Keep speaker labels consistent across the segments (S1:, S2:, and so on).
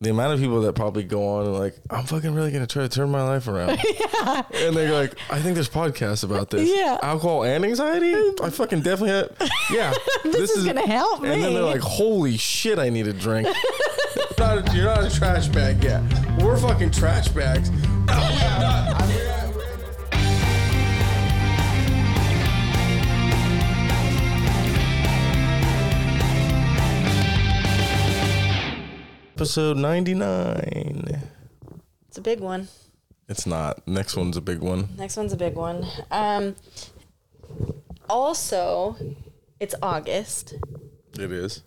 S1: the amount of people that probably go on and like, I'm fucking really gonna try to turn my life around. And they're like, I think there's podcasts about this.
S2: Yeah.
S1: Alcohol and anxiety? I fucking definitely have Yeah. this,
S2: is gonna help
S1: And then
S2: me.
S1: they're like, holy shit, I need a drink. You're not a, you're not a trash bag yet. We're fucking trash bags. Episode 99.
S2: It's a big one.
S1: It's not. Next one's a big one.
S2: Next one's a big one. Um, also, it's August,
S1: It is.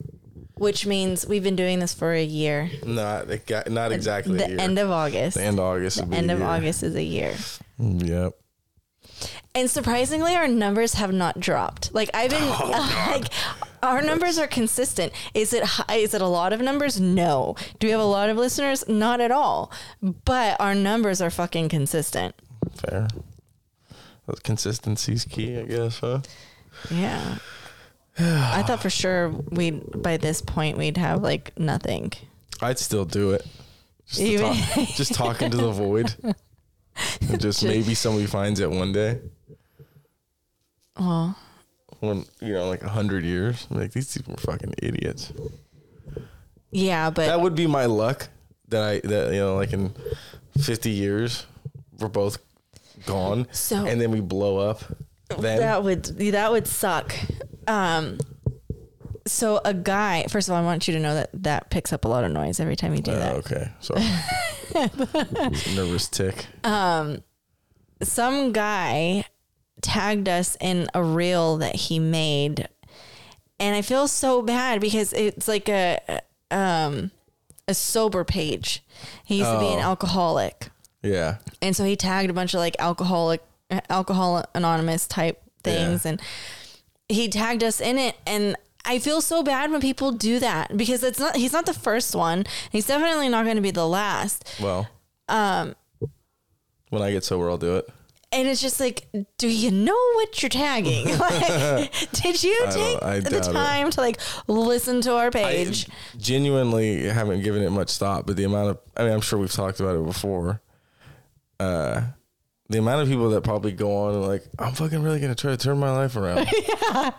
S2: which means we've been doing this for a year.
S1: Not it got, not exactly
S2: the
S1: a year.
S2: end of August.
S1: the end of August. would be
S2: end
S1: a
S2: of
S1: year.
S2: August is a year.
S1: Yep.
S2: And surprisingly, our numbers have not dropped. Like I've been
S1: Oh,
S2: like. Our numbers are consistent. Is it high, is it a lot of numbers? No. Do we have a lot of listeners? Not at all. But our numbers are fucking consistent.
S1: Fair. That consistency's key, I guess, huh?
S2: Yeah. I thought for sure we would by this point we'd have like nothing.
S1: I'd still do it. Just, to
S2: Even-
S1: talk, just talking to the void. And just maybe somebody finds it one day.
S2: Oh,
S1: When you know, like a hundred years. I'm like these people are fucking idiots.
S2: yeah, but
S1: That would be my luck that I that you know, like in fifty years we're both gone.
S2: So-
S1: and then we blow up. Then
S2: that would that would suck. Um, so a guy. First of all, I want you to know that that picks up a lot of noise every time you do
S1: Oh,
S2: that.
S1: okay. So nervous tick.
S2: Some guy tagged us in a reel that he made, and I feel so bad because it's like a um a sober page. He used to be an alcoholic.
S1: Yeah.
S2: and so he tagged a bunch of like alcoholic alcohol anonymous type things
S1: Yeah.
S2: and he tagged us in it and i feel so bad when people do that because it's not he's not the first one he's definitely not going to be the last
S1: Well. Um. When I get sober, I'll do it.
S2: and it's just like do you know what you're tagging like did you
S1: don't-
S2: take
S1: I
S2: the
S1: doubt it.
S2: time to like listen to our
S1: I
S2: page
S1: genuinely haven't given it much thought, but the amount of I mean, I'm sure we've talked about it before. Uh, the amount of people that probably go on and like, I'm fucking really gonna try to turn my life around.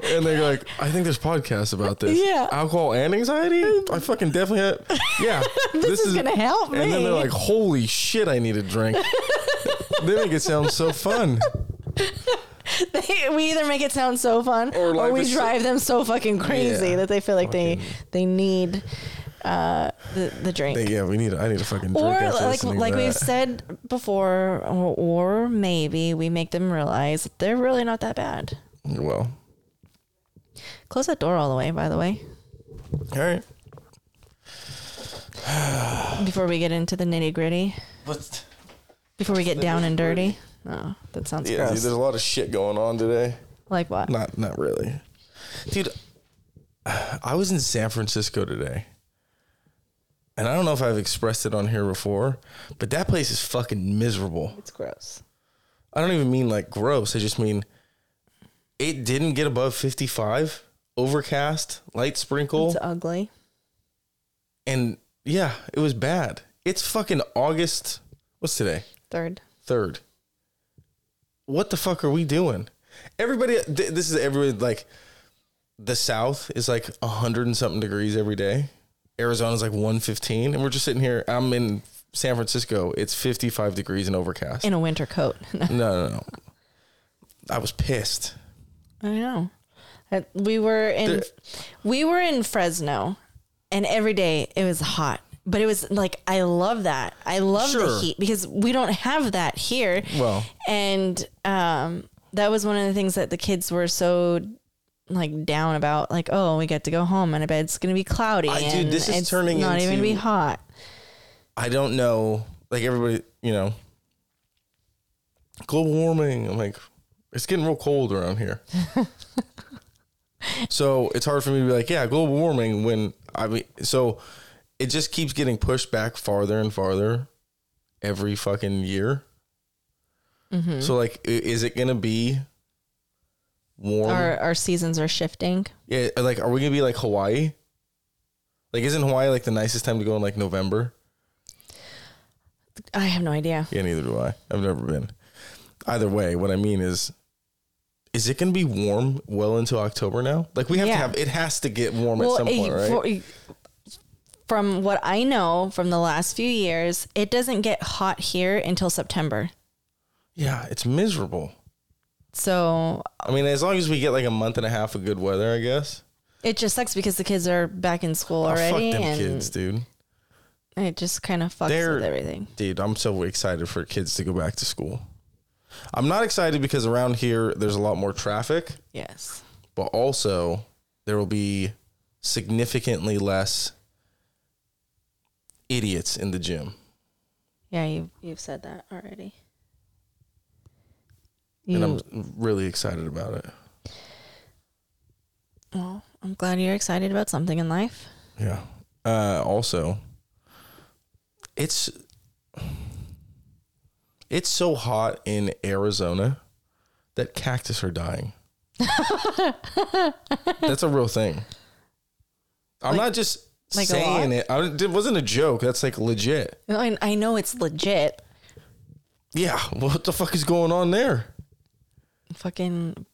S1: And they're like, I think there's podcasts about this.
S2: Yeah.
S1: Alcohol and anxiety? I fucking definitely have Yeah. this,
S2: is gonna help
S1: And then
S2: me.
S1: they're like, Holy shit, I need a drink. they make it sound so fun.
S2: we either make it sound so fun
S1: Or
S2: or,
S1: life
S2: we
S1: is so-
S2: drive them so fucking crazy
S1: Yeah.
S2: that they feel like they they need uh the, the drink
S1: They- yeah, we need I need a fucking drink.
S2: or
S1: after
S2: like
S1: listening to
S2: like we've
S1: that.
S2: said before or, or maybe we make them realize that they're really not that bad
S1: Well.
S2: close that door all the way by the way
S1: All right.
S2: before we get into the nitty gritty
S1: What's
S2: before we get down and dirty oh that sounds
S1: Yeah, dude,
S2: gross
S1: there's a lot of shit going on today.
S2: like what
S1: Not not really. Dude, I was in San Francisco today. And I don't know if I've expressed it on here before, but that place is fucking miserable.
S2: it's gross
S1: I don't even mean like gross. I just mean it didn't get above 55, overcast, light sprinkle,
S2: it's ugly
S1: and yeah, it was bad. It's fucking August. What's today?
S2: third
S1: third. What the fuck are we doing? Everybody, th- this is everybody like the South is like a hundred and something degrees every day. Arizona's like 115, and we're just sitting here. I'm in San Francisco, it's 55 degrees and overcast.
S2: in a winter coat
S1: no, no, no. I was pissed.
S2: I know. Uh, We were in
S1: There-
S2: we were in Fresno and every day it was hot. But it was like I love that. I love
S1: Sure.
S2: the heat because we don't have that here.
S1: Well.
S2: and um that was one of the things that the kids were so like down about like oh we get to go home and I bet it's going to be cloudy
S1: I- dude,
S2: and
S1: this is
S2: it's
S1: turning
S2: not even gonna be
S1: into-
S2: hot.
S1: I don't know. Like everybody, you know, global warming. I'm like, it's getting real cold around here. so it's hard for me to be like, yeah, global warming when I mean, so it just keeps getting pushed back farther and farther every fucking year. So like, i- is it gonna be warm?
S2: Our our seasons are shifting.
S1: yeah, like, are we gonna be like Hawaii? Like, isn't Hawaii like the nicest time to go in like November?
S2: I have no idea.
S1: Yeah, neither do I. I've never been. Either way, what I mean is, is it going to be warm well into October now? Like we have
S2: Yeah.
S1: to have. It has to get warm at some
S2: eh,
S1: point, right?
S2: for- eh, from what I know from the last few years, it doesn't get hot here until September.
S1: yeah, it's miserable.
S2: So
S1: I mean, as long as we get like a month and a half of good weather, I guess.
S2: it just sucks because the kids are back in school
S1: Oh, fuck
S2: already,
S1: them
S2: and
S1: kids, dude.
S2: it just kind of fucks
S1: They're-
S2: with everything.
S1: Dude, I'm so excited for kids to go back to school. I'm not excited because around here there's a lot more traffic,
S2: Yes.
S1: but also there will be significantly less idiots in the gym.
S2: Yeah, you you've said that already.
S1: And
S2: You,
S1: I'm really excited about it.
S2: well, I'm glad you're excited about something in life.
S1: Yeah. Uh, also, it's it's so hot in Arizona that cactus are dying. That's a real thing. I'm not just
S2: like a
S1: saying it. I, it wasn't a joke. That's like legit.
S2: I, I know it's legit.
S1: Yeah. What the fuck is going on there?
S2: Fucking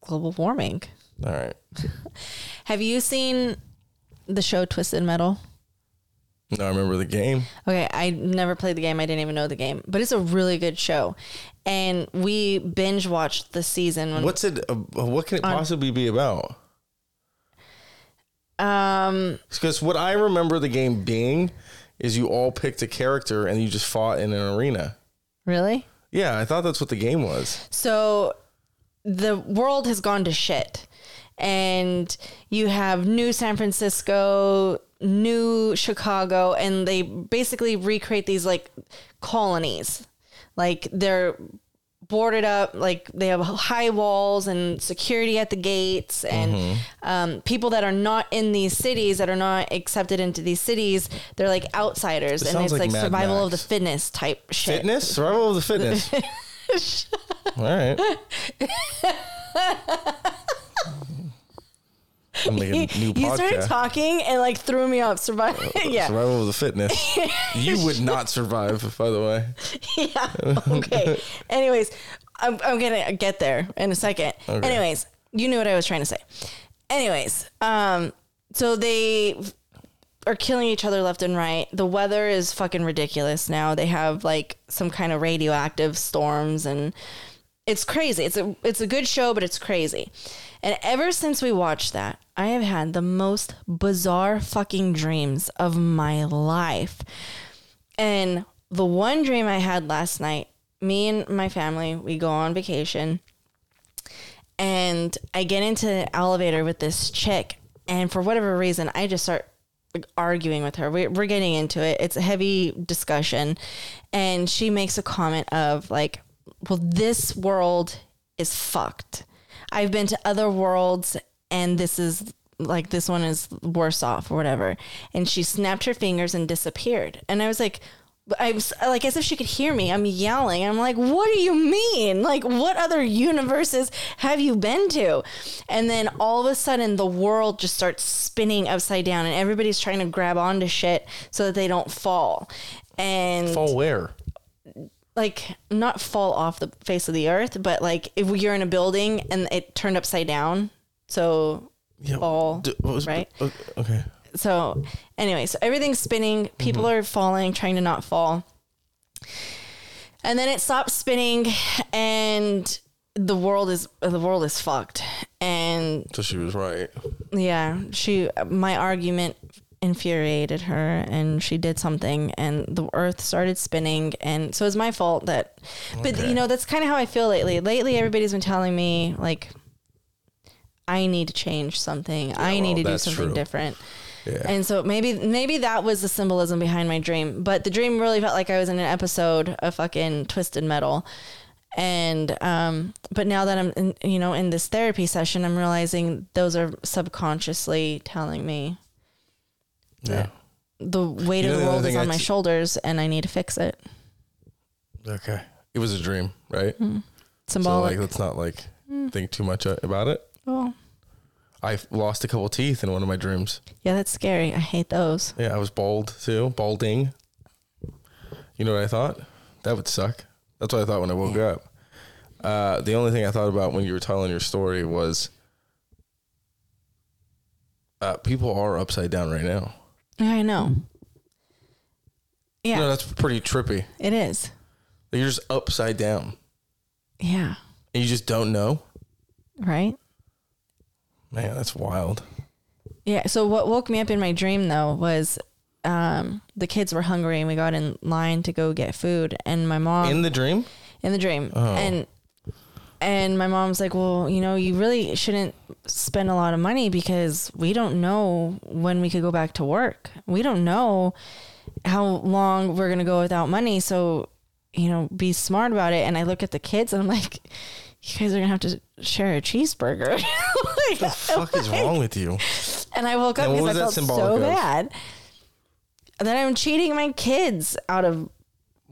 S2: global warming.
S1: All right.
S2: Have you seen the show Twisted Metal?
S1: No, I remember the game.
S2: Okay, I never played the game. I didn't even know the game, but it's a really good show. And we binge watched the season when
S1: What's it? Uh, what can it possibly be about?
S2: um
S1: Because what I remember the game being is you all picked a character and you just fought in an arena.
S2: really?
S1: Yeah, I thought that's what the game was.
S2: So the world has gone to shit. And you have new San Francisco, new Chicago, and they basically recreate these like colonies. Like they're boarded up, like they have high walls and security at the gates, and
S1: Mm-hmm.
S2: um, people that are not in these cities, that are not accepted into these cities, they're like outsiders. and
S1: sounds
S2: it's
S1: like
S2: like,
S1: Mad
S2: survival of the
S1: Max.
S2: fittest type shit.
S1: Fitness? Survival of the fitness. all right. I'm making a new
S2: you started
S1: podcast.
S2: talking and like threw me off. Survival. yeah.
S1: Survival of the fitness. You would not survive, by the way.
S2: Yeah. Okay. Anyways, I'm, I'm going to get there in a second.
S1: Okay.
S2: Anyways, you knew what I was trying to say. Anyways, um, so they are killing each other left and right. The weather is fucking ridiculous now. They have like some kind of radioactive storms and it's crazy. It's a it's a good show, but it's crazy. And ever since we watched that, I have had the most bizarre fucking dreams of my life. And the one dream I had last night, me and my family, we go on vacation and I get into an elevator with this chick, and for whatever reason, I just start like, arguing with her. We're, we're getting into it. It's a heavy discussion, and she makes a comment of like, "Well, this world is fucked. I've been to other worlds, and this is." Like this one is worse off or whatever, and she snapped her fingers and disappeared. And I was like, I was like, as if she could hear me. I'm yelling. I'm like, what do you mean? Like, what other universes have you been to? And then all of a sudden, the world just starts spinning upside down, and everybody's trying to grab onto shit so that they don't fall. And
S1: Fall where?
S2: like, not fall off the face of the earth, but like, if you're in a building and it turned upside down, so
S1: Yeah,
S2: fall.
S1: d- what was-
S2: right?
S1: o- Okay.
S2: so anyway, so everything's spinning. People
S1: Mm-hmm.
S2: are falling, trying to not fall. And then it stops spinning, and the world is the world is fucked. And
S1: So she was right.
S2: yeah, she my argument infuriated her, and she did something, and the Earth started spinning, and so it's my fault that. But
S1: Okay.
S2: you know that's kind of how I feel lately. Lately, everybody's been telling me like. I need to change something. I need
S1: well,
S2: to do
S1: that's
S2: something
S1: true.
S2: different.
S1: Yeah.
S2: And so maybe maybe that was the symbolism behind my dream, but the dream really felt like I was in an episode of fucking Twisted Metal. And um but now that I'm in, you know in this therapy session, I'm realizing those are subconsciously telling me
S1: yeah.
S2: the weight
S1: You know
S2: of
S1: the
S2: the
S1: other
S2: world is
S1: thing I
S2: on my
S1: t-
S2: shoulders and I need to fix it.
S1: Okay. It was a dream, right? So
S2: Symbolic.
S1: like, let's not like think too much uh, about it.
S2: oh.
S1: I lost a couple teeth in one of my dreams.
S2: Yeah, that's scary. I hate those.
S1: Yeah, I was bald too, balding. You know what I thought? That would suck. That's what I thought when I woke up. Uh, the only thing I thought about when you were telling your story was uh, people are upside down right now.
S2: Yeah, I know. Yeah,
S1: No, that's pretty trippy.
S2: it is.
S1: You're just upside down
S2: Yeah,
S1: and you just don't know.
S2: right?
S1: Man, that's wild.
S2: Yeah. So what woke me up in my dream though was um, the kids were hungry and we got in line to go get food and my mom
S1: In Oh. the dream?
S2: in the dream and and my mom's like well you know you really shouldn't spend a lot of money because we don't know when we could go back to work we don't know how long we're going to go without money so you know be smart about it and i look at the kids and i'm like you guys are going to have to share a cheeseburger Like,
S1: fuck is wrong with you?
S2: and i woke up
S1: And what
S2: because i
S1: was that
S2: felt
S1: symbolic
S2: so
S1: of?
S2: bad and then i'm cheating my kids out of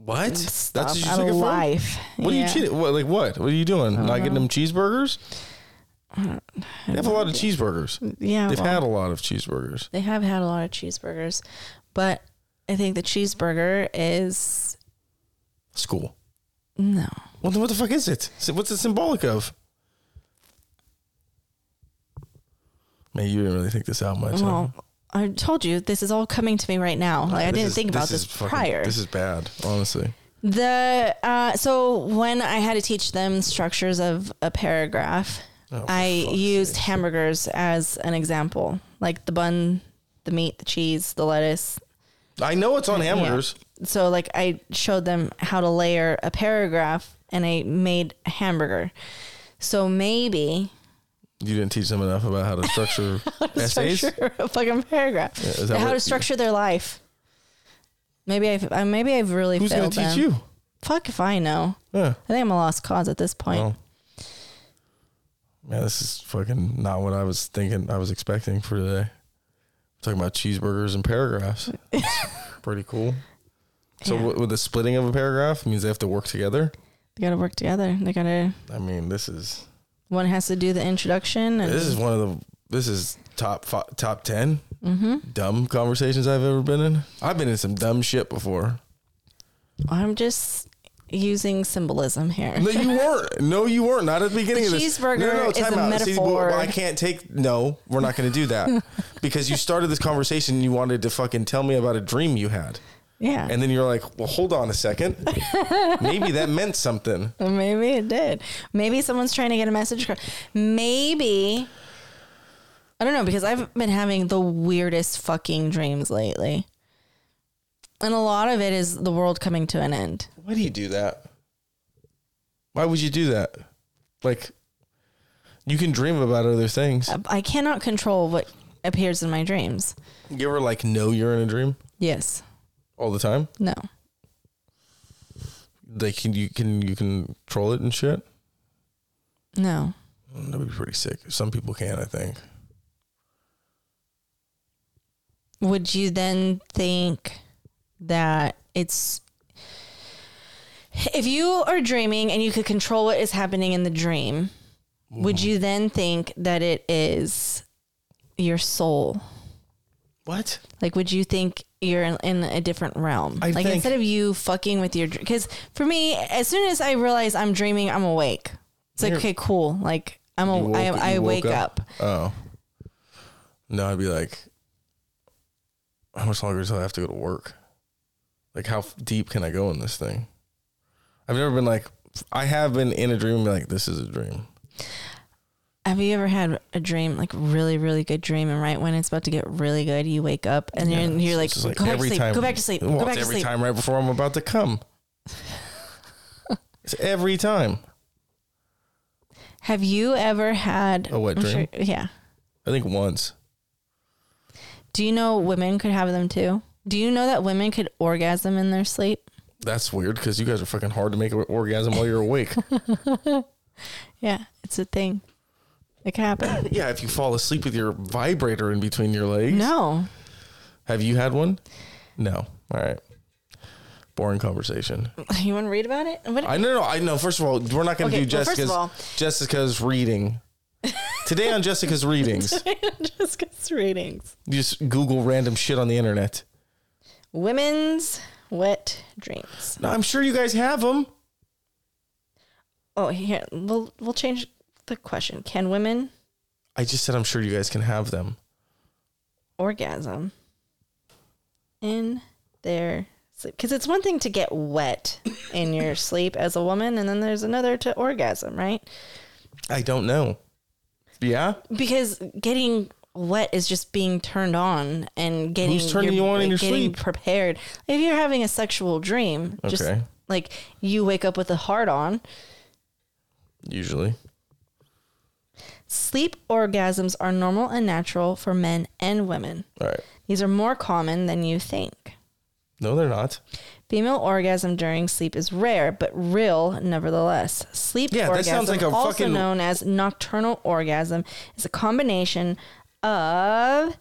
S1: What?
S2: stuff, out
S1: took
S2: of
S1: it from?
S2: life
S1: What are
S2: Yeah.
S1: you cheating? What like what? What are you doing? Not getting them cheeseburgers?
S2: Uh,
S1: They have a lot of cheeseburgers.
S2: yeah
S1: They've
S2: well.
S1: had a lot of cheeseburgers.
S2: They have had a lot of cheeseburgers, but I think the cheeseburger is
S1: School.
S2: no.
S1: Well, then what the fuck is it? So What's it symbolic of? Man, you didn't really think this out much. huh?
S2: Well, I told you this is all coming to me right now. Like I didn't
S1: Uh, is-
S2: think about
S1: is
S2: this,
S1: fucking-
S2: prior.
S1: This is bad, honestly.
S2: the uh, so when I had to teach them structures of a paragraph,
S1: Oh,
S2: I used hamburgers as an example, like the bun, the meat, the cheese, the lettuce,
S1: I know it's on hamburgers.
S2: so like I showed them how to layer a paragraph and I made a hamburger. So maybe
S1: You didn't teach them enough about how to structure essays.
S2: structure a fucking paragraph.
S1: is that
S2: how
S1: what-
S2: to structure their life. Maybe I've I, maybe I've really
S1: Who's going
S2: failed
S1: to teach
S2: them.
S1: you?
S2: Fuck if I know.
S1: Yeah.
S2: I think I'm a lost cause at this point.
S1: Well, man, this is fucking not what I was thinking. I was expecting for today. talking about cheeseburgers and paragraphs. It's pretty cool. So,
S2: Yeah.
S1: w- with the splitting of a paragraph means they have to work together.
S2: They gotta work together. They gotta
S1: I mean, this is
S2: one has to do the introduction and
S1: this is one of the this is top fi- top 10
S2: Mm-hmm.
S1: dumb conversations I've ever been in. I've been in some dumb shit before.
S2: I'm just using symbolism here.
S1: No, you weren't. No, you weren't. Not at the beginning
S2: The
S1: of this.
S2: cheeseburger
S1: time out.
S2: is a
S1: See, well,
S2: metaphor.
S1: well, I can't take. No, we're not going to do that because you started this conversation. and You wanted to fucking tell me about a dream you had,
S2: Yeah.
S1: and then you're like, "Well, hold on a second. Maybe that meant something."
S2: Maybe it did. Maybe someone's trying to get a message across. Maybe I don't know because I've been having the weirdest fucking dreams lately. And a lot of it is the world coming to an end.
S1: Why do you do that? Why would you do that? Like, you can dream about other things.
S2: I cannot control what appears in my dreams.
S1: You ever like know you're in a dream
S2: Yes.
S1: all the time?
S2: No.
S1: Like, can you can you can control it and shit?
S2: No.
S1: That would be pretty sick. Some people can, I think.
S2: Would you then think that it's if you are dreaming and you could control what is happening in the dream, would you then think that it is your soul?
S1: What?
S2: Like, would you think you're in, in a different realm?
S1: I
S2: like,
S1: think-
S2: instead of you fucking with your, because for me, as soon as I realize I'm dreaming, I'm awake. It's like,
S1: You're-
S2: okay, cool. Like, I'm a,
S1: You woke-
S2: Oh, I, I
S1: you woke
S2: wake up.
S1: Oh. No, I'd be like, how much longer until I have to go to work? Like, how f- deep can I go in this thing? I've never been like, I have been in a dream and be like, this is a dream.
S2: Have you ever had a dream, like really, really good dream, and right when it's about to get really good, you wake up and you're, you're like,
S1: It's just
S2: go, back to sleep, go back to sleep,
S1: Well,
S2: go
S1: it's
S2: back to
S1: every
S2: sleep,
S1: time right before I'm about to come. it's every time.
S2: Have you ever had
S1: A wet
S2: I'm
S1: dream?
S2: sure- yeah.
S1: I think once.
S2: Do you know women could have them too? Do you know that women could orgasm in their sleep?
S1: That's weird because you guys are fucking hard to make an orgasm while you're awake.
S2: Yeah, it's a thing. It can happen.
S1: yeah, if you fall asleep with your vibrator in between your legs.
S2: no,
S1: Have you had one? No. All right. Boring conversation.
S2: you want to read about it? What-
S1: I know. No, I know. First of all, we're not going to
S2: Okay,
S1: do
S2: well, first of
S1: Jessica's
S2: all-
S1: Jessica's reading today on Jessica's readings.
S2: just gets readings.
S1: You just Google random shit on the internet.
S2: Women's Wet dreams.
S1: No, I'm sure you guys have them.
S2: Oh, here we'll we'll change the question. Can women
S1: I just said I'm sure you guys can have them.
S2: orgasm in their sleep? Because it's one thing to get wet in your sleep as a woman, and then there's another to orgasm, right?
S1: I don't know. Yeah?
S2: Because getting wet is just being turned on and getting
S1: Who's turning you on in your
S2: getting
S1: sleep?
S2: prepared. If you're having a sexual dream, just
S1: Okay.
S2: like you wake up with a heart on,
S1: Usually.
S2: Sleep orgasms are normal and natural for men and women.
S1: All right.
S2: These are more common than you think.
S1: No, they're not.
S2: Female orgasm during sleep is rare, but real nevertheless. Sleep
S1: Yeah, that
S2: orgasm,
S1: sounds like a
S2: also
S1: fucking-
S2: known as nocturnal orgasm, is a combination of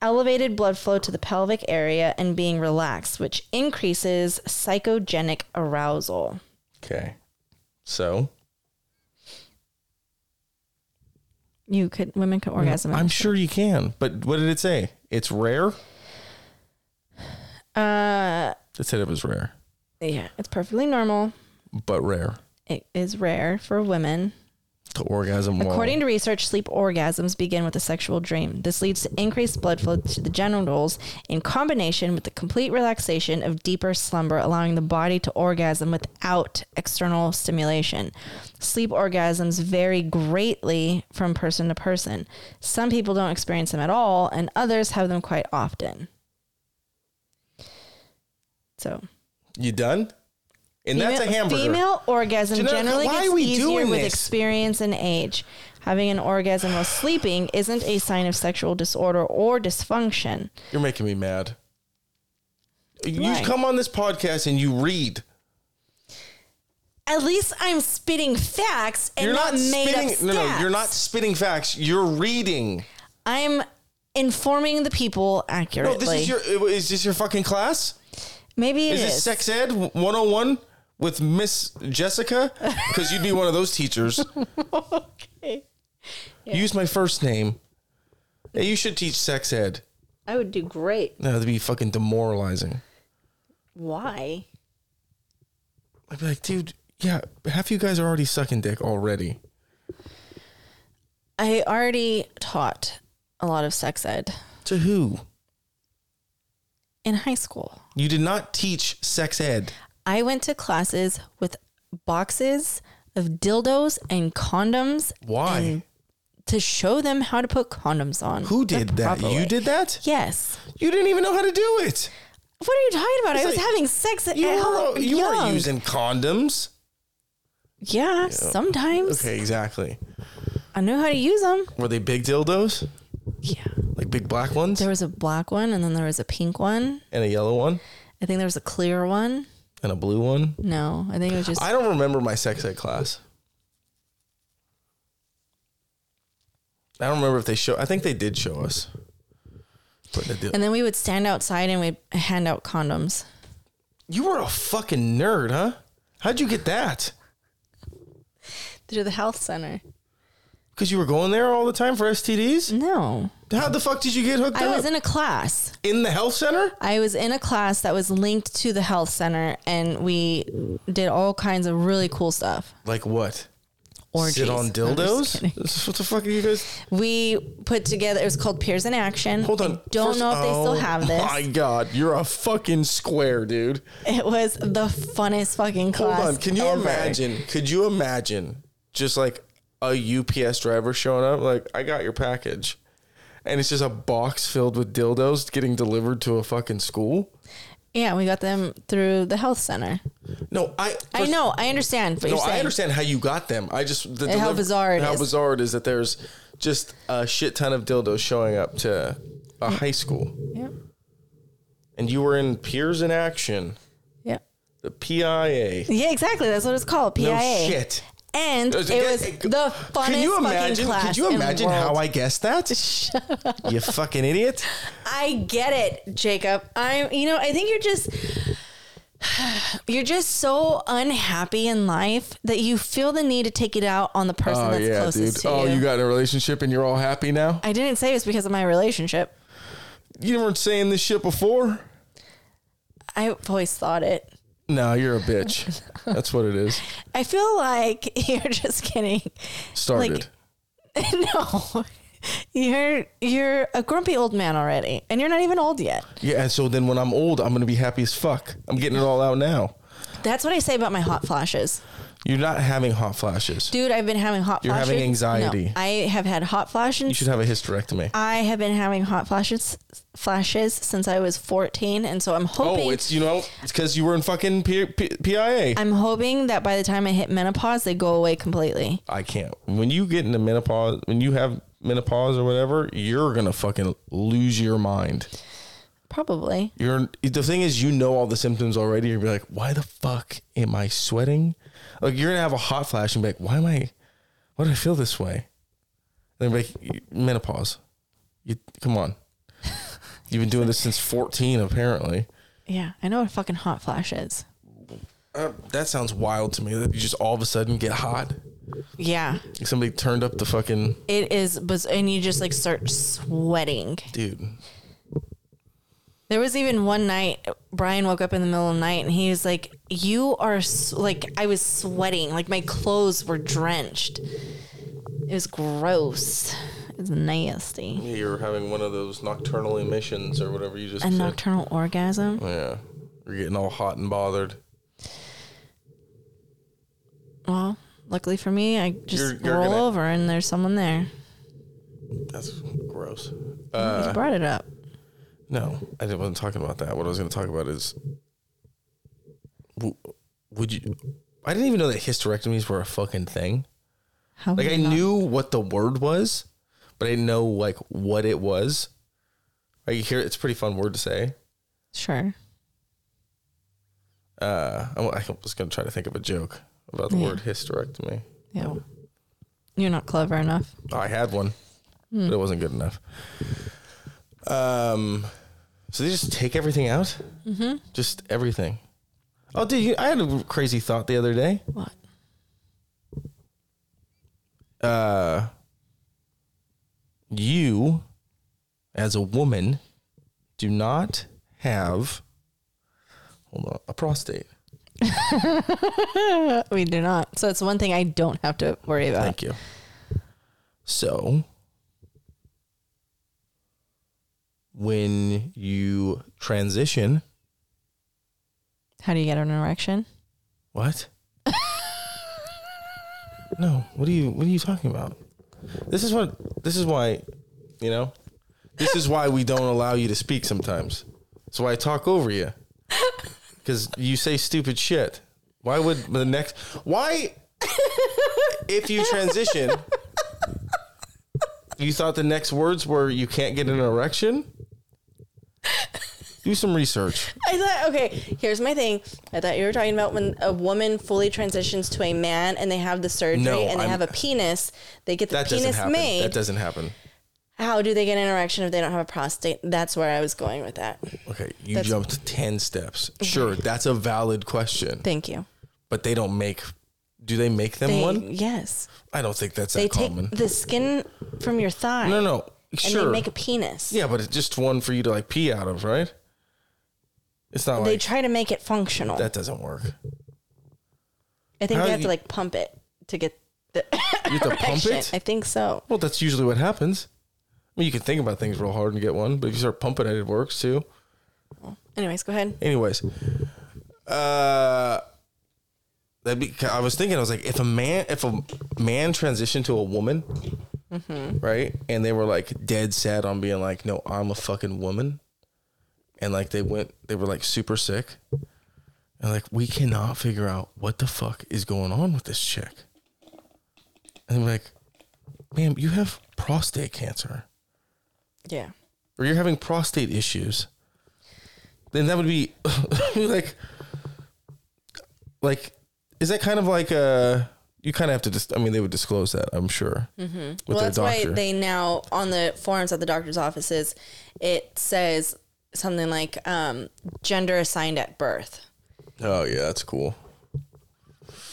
S2: elevated blood flow to the pelvic area and being relaxed, which increases psychogenic arousal.
S1: Okay. So
S2: You could women could orgasm.
S1: I'm sure you can. But what did it say? It's rare?
S2: uh,
S1: It said it was rare,
S2: yeah, it's perfectly normal.
S1: but rare.
S2: It is rare for women.
S1: The orgasm wall.
S2: According to research, sleep orgasms begin with a sexual dream. This leads to increased blood flow to the genitals in combination with the complete relaxation of deeper slumber, allowing the body to orgasm without external stimulation. Sleep orgasms vary greatly from person to person. Some people don't experience them at all, and others have them quite often. So,
S1: you done? And that's a hamburger.
S2: Female orgasm
S1: Jeanette,
S2: generally
S1: why
S2: gets
S1: are we
S2: easier
S1: doing
S2: with
S1: this?
S2: experience and age. Having an orgasm while sleeping isn't a sign of sexual disorder or dysfunction.
S1: You're making me mad. You
S2: Why?
S1: come on this podcast and you read.
S2: At least I'm spitting facts and
S1: you're
S2: not,
S1: not,
S2: made
S1: spitting.
S2: up
S1: No, no, you're not
S2: facts.
S1: spitting facts. You're reading.
S2: I'm informing the people accurately.
S1: No, this is your. Is this your fucking class?
S2: Maybe it
S1: Is
S2: is.
S1: this sex ed 101 with Miss Jessica? Because you'd be one of those teachers.
S2: okay.
S1: Use my first name. Hey, you should teach sex ed.
S2: I would do great.
S1: No, that'd be fucking demoralizing.
S2: Why?
S1: I'd be like, dude, yeah, half you guys are already sucking dick already.
S2: I already taught a lot of sex ed
S1: To who?
S2: in high school.
S1: You did not teach sex ed.
S2: I went to classes with boxes of dildos and condoms
S1: Why?
S2: and to show them how to put condoms on.
S1: Who
S2: the
S1: did that?
S2: proper way.
S1: You did that?
S2: Yes.
S1: You didn't even know how to do it.
S2: What are you talking about? I was
S1: like-
S2: having sex at
S1: You
S2: at
S1: were,
S2: home.
S1: you
S2: young.
S1: were using condoms.
S2: Yeah, sometimes
S1: Okay, exactly.
S2: I knew how to use them.
S1: Were they big dildos?
S2: Yeah.
S1: Like big black ones
S2: There was a black one and then there was a pink one.
S1: and a yellow one
S2: I think there was a clear one.
S1: and a blue one?
S2: No, I think it was just
S1: I don't remember my sex ed class. I don't remember if they show. I think they did show us. But they did.
S2: and then we would stand outside and we'd hand out condoms.
S1: you were a fucking nerd, huh? How'd you get that?
S2: To the health center.
S1: Because you were going there all the time for STDs.
S2: No.
S1: How the fuck did you get hooked
S2: I
S1: up?
S2: was in a class.
S1: in the health center.
S2: I was in a class that was linked to the health center, and we did all kinds of really cool stuff.
S1: Like what?
S2: Orgies.
S1: Sit on
S2: I'm just
S1: dildos.
S2: kidding.
S1: This is- what the fuck are you guys?
S2: We put together. It was called Peers in Action.
S1: Hold on.
S2: I don't
S1: First-
S2: know if they
S1: oh
S2: still have this.
S1: My God, you're a fucking square, dude.
S2: It was the funnest fucking class.
S1: Hold on. Can you
S2: ever.
S1: imagine? Could you imagine just like a UPS driver showing up, like, I got your package. And it's just a box filled with dildos getting delivered to a fucking school.
S2: Yeah, we got them through the health center.
S1: No, I
S2: I know. I understand. But
S1: No,
S2: you're saying.
S1: I understand how you got them. I just the
S2: And how
S1: deliver-
S2: bizarre it
S1: how
S2: is.
S1: bizarre it is that there's just a shit ton of dildos showing up to a high school,
S2: Yep.
S1: and you were in Peers in Action,
S2: Yep.
S1: the PIA.
S2: Yeah, exactly. That's what it's called. PIA.
S1: No shit.
S2: And it was the funnest
S1: Can you imagine?
S2: fucking class.
S1: Could you
S2: in the
S1: imagine
S2: world.
S1: how I guessed that? you fucking idiot!
S2: I get it, Jacob. I'm, you know, I think you're just you're just so unhappy in life that you feel the need to take it out on the person that's closest to
S1: Oh,
S2: you.
S1: you got in a relationship and you're all happy now.
S2: I didn't say it was because of my relationship.
S1: You weren't saying this shit before.
S2: I always thought it.
S1: No, you're a bitch. That's what it is.
S2: I feel like you're just kidding.
S1: Started.
S2: no. You're you're a grumpy old man already, and you're not even old yet.
S1: yeah, and so then when I'm old, I'm gonna be happy as fuck. I'm getting it all out now.
S2: That's what I say about my hot flashes,
S1: You're not having hot flashes.
S2: dude. I've been having hot.
S1: You're
S2: flashes.
S1: having anxiety.
S2: No, I have had hot
S1: You
S2: flashes.
S1: should have a hysterectomy.
S2: I have been having hot flashes flashes since I was 14, and so I'm hoping.
S1: Oh, it's you know, it's because you were in fucking P- P- PIA.
S2: I'm hoping that by the time I hit menopause, they go away completely.
S1: I can't. When you get into menopause, when you have menopause or whatever, you're gonna fucking lose your mind.
S2: Probably.
S1: You're the thing is, you know all the symptoms already. You're gonna be like, why the fuck am I sweating? Like you're gonna have a hot flash and be like, why am I? Why do I feel this way? And they're like, menopause. You come on. You've been doing this since 14, apparently.
S2: Yeah, I know what a fucking hot flash is.
S1: Uh, that sounds wild to me. That you just all of a sudden get hot.
S2: Yeah,
S1: Like somebody turned up the fucking
S2: it is. Buzz- and you just like start sweating.
S1: dude.
S2: There was even one night Brian woke up in the middle of the night and he was like, "You are s- like I was sweating, like my clothes were drenched. It was gross. It was nasty.
S1: Yeah, you're having one of those nocturnal emissions or whatever you just
S2: A
S1: said.
S2: nocturnal orgasm.
S1: yeah, you're getting all hot and bothered.
S2: Well, luckily for me, I just
S1: You're- you're
S2: roll
S1: gonna-
S2: over and there's someone there.
S1: That's gross. Uh,
S2: you brought it up.
S1: No, I didn't- wasn't talking about that. What I was going to talk about is, w- would you? I didn't even know that hysterectomies were a fucking thing.
S2: How
S1: Like I knew what the word was, but I didn't know like what it was. Like you hear, it's a pretty fun word to say.
S2: Sure.
S1: Uh, I wa- I was going to try to think of a joke about the word hysterectomy.
S2: Yeah. You're not clever enough.
S1: I had one, but it wasn't good enough. Um, so they just take everything out, mm-hmm. just everything. Oh, dude, you, I had a crazy thought the other day.
S2: What?
S1: Uh, you, as a woman, do not have. Hold on, a prostate.
S2: Uh, We do not. So it's one thing I don't have to worry about.
S1: Thank you. So, when you transition,
S2: How do you get an erection?
S1: What? no. What are you What are you talking about? This is what. This is why. You know. This is why we don't allow you to speak sometimes. That's why I talk over you. Because you say stupid shit. Why would the next? Why? If you transition, you thought the next words were you can't get an erection. Do some research.
S2: I thought, okay, here's my thing. I thought you were talking about when a woman fully transitions to a man and they have the surgery
S1: No,
S2: and they
S1: I'm-
S2: have a penis. They get the
S1: That doesn't
S2: penis
S1: happen. That
S2: made.
S1: doesn't happen.
S2: How do they get an erection if they don't have a prostate? That's where I was going with that.
S1: Okay, you
S2: That's-
S1: jumped 10 steps. Sure, that's a valid question.
S2: Thank you.
S1: But they don't make do they make them
S2: They,
S1: one?
S2: yes.
S1: I don't think that's
S2: They
S1: that
S2: take
S1: common.
S2: the skin from your thigh
S1: No, no.
S2: and
S1: Sure.
S2: they make a penis.
S1: yeah, but it's just one for you to like pee out of, right? It's not
S2: They
S1: like
S2: try to make it functional.
S1: that doesn't work.
S2: I think
S1: How
S2: they
S1: do
S2: have
S1: you-
S2: to like pump it to get the
S1: You have to pump
S2: erection.
S1: it?
S2: I think so.
S1: Well, that's usually what happens. I mean, you can think about things real hard and get one, but if you start pumping it, it works too.
S2: Anyways, go ahead.
S1: Anyways, uh, that be, I was thinking, I was like, if a man, if a man transitioned to a woman, right, and they were like dead set on being like, no, I'm a fucking woman, and like they went, they were like super sick, and like we cannot figure out what the fuck is going on with this chick, and I'm like, ma'am, you have prostate cancer
S2: Yeah.
S1: or you're having prostate issues, then that would be like, like, is that kind of like uh You kind of have to just. I mean, they would disclose that, I'm sure, with
S2: Mm-hmm. well,
S1: their
S2: that's
S1: doctor.
S2: why they now on the forums at the doctor's offices, it says something like um, gender assigned at birth.
S1: oh yeah, that's cool.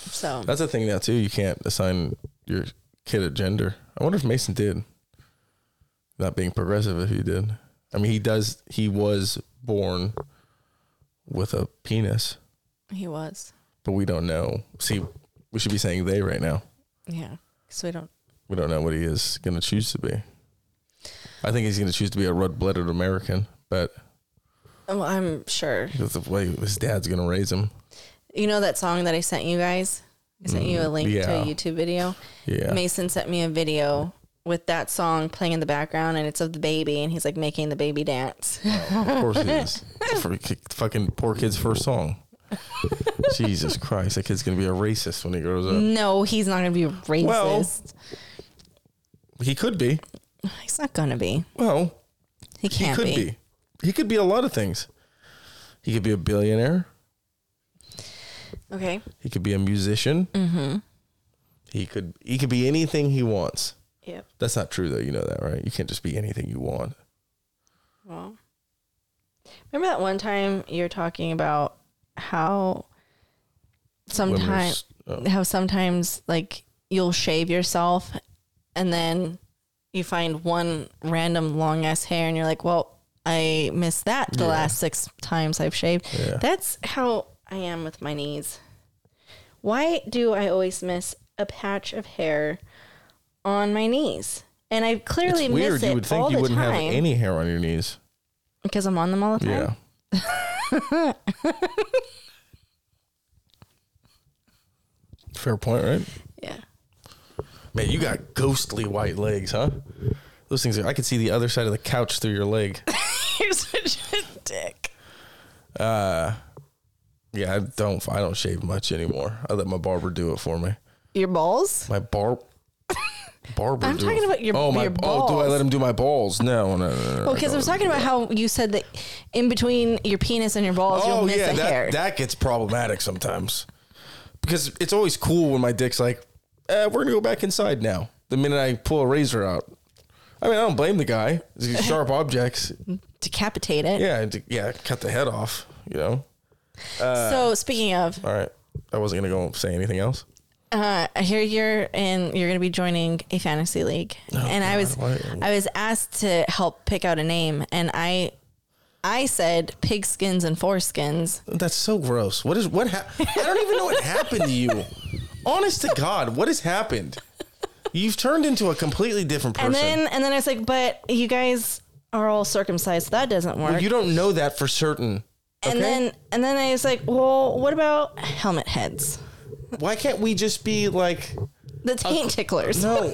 S2: So
S1: That's a thing now too. You can't assign your kid a gender. I wonder if Mason did. Not being progressive, if he did. I mean, he does. He was born with a penis,
S2: He was.
S1: but we don't know. See, we should be saying they right now.
S2: Yeah. So we don't.
S1: We don't know what he is going to choose to be. I think he's going to choose to be a red-blooded American, but
S2: Oh, I'm sure.
S1: because of the way his dad's going to raise him.
S2: You know that song that I sent you guys? I sent you a link
S1: Mm,
S2: to
S1: yeah.
S2: a YouTube video.
S1: Yeah.
S2: Mason sent me a video with that song playing in the background, and it's of the baby, and he's like making the baby dance.
S1: Of course it is. For ki- fucking poor kid's first song. Jesus Christ, that kid's gonna be a racist when he grows up.
S2: no, he's not gonna be racist.
S1: Well- He could be.
S2: he's not gonna be.
S1: Well,
S2: He
S1: he
S2: can't
S1: could
S2: be.
S1: be. He could be a lot of things. He could be a billionaire.
S2: Okay.
S1: He could be a musician. Mm-hmm. He could. He could be anything he wants.
S2: Yep.
S1: That's not true, though. You know that, right? You can't just be anything you want.
S2: Well, remember that one time you're talking about how
S1: Women are
S2: sometimes
S1: s- oh.
S2: how sometimes like you'll shave yourself and then you find one random long ass hair and you're like, well, I missed that the last six times I've shaved.
S1: Yeah.
S2: That's how I am with my knees. Why do I always miss a patch of hair on my knees? And I
S1: It's
S2: clearly
S1: weird.
S2: miss it
S1: You would
S2: all
S1: think you
S2: the
S1: wouldn't
S2: time
S1: have any hair on your knees.
S2: because I'm on them all the time.
S1: Yeah. Fair point, right?
S2: Yeah.
S1: Man, you got ghostly white legs, huh? Those things are, I could see the other side of the couch through your leg.
S2: You're such a dick.
S1: yeah, I don't, I don't shave much anymore. I let my barber do it for me.
S2: Your balls?
S1: My bar, barber.
S2: I'm
S1: do
S2: talking
S1: it.
S2: about your-
S1: oh my,
S2: your
S1: oh, do I let
S2: balls.
S1: him do my balls? No, no, no, no. no,
S2: Well, because
S1: no.
S2: I was talking about how you said that in between your penis and your balls, you'll
S1: Oh
S2: miss
S1: yeah,
S2: a
S1: that
S2: hair.
S1: that gets problematic sometimes because it's always cool when my dick's like, eh, "We're gonna go back inside now." The minute I pull a razor out, I mean, I don't blame the guy. It's these sharp objects.
S2: Decapitate it.
S1: Yeah, and- yeah, cut the head off. You know.
S2: so speaking of,
S1: All right, I wasn't gonna go say anything else.
S2: uh, I hear you're in. You're going to be joining a fantasy league, and I was
S1: Oh, why-
S2: I was asked to help pick out a name, and I I said pigskins and foreskins.
S1: That's so gross. What is what? hap I don't even know what happened to you. Honest to God, what has happened? You've turned into a completely different person.
S2: And then and then I was like, but you guys are all circumcised. So that doesn't work.
S1: you don't know that for certain.
S2: and then and then I was like, well, what about helmet heads?
S1: Why can't we just be like?
S2: The taint ticklers.
S1: No,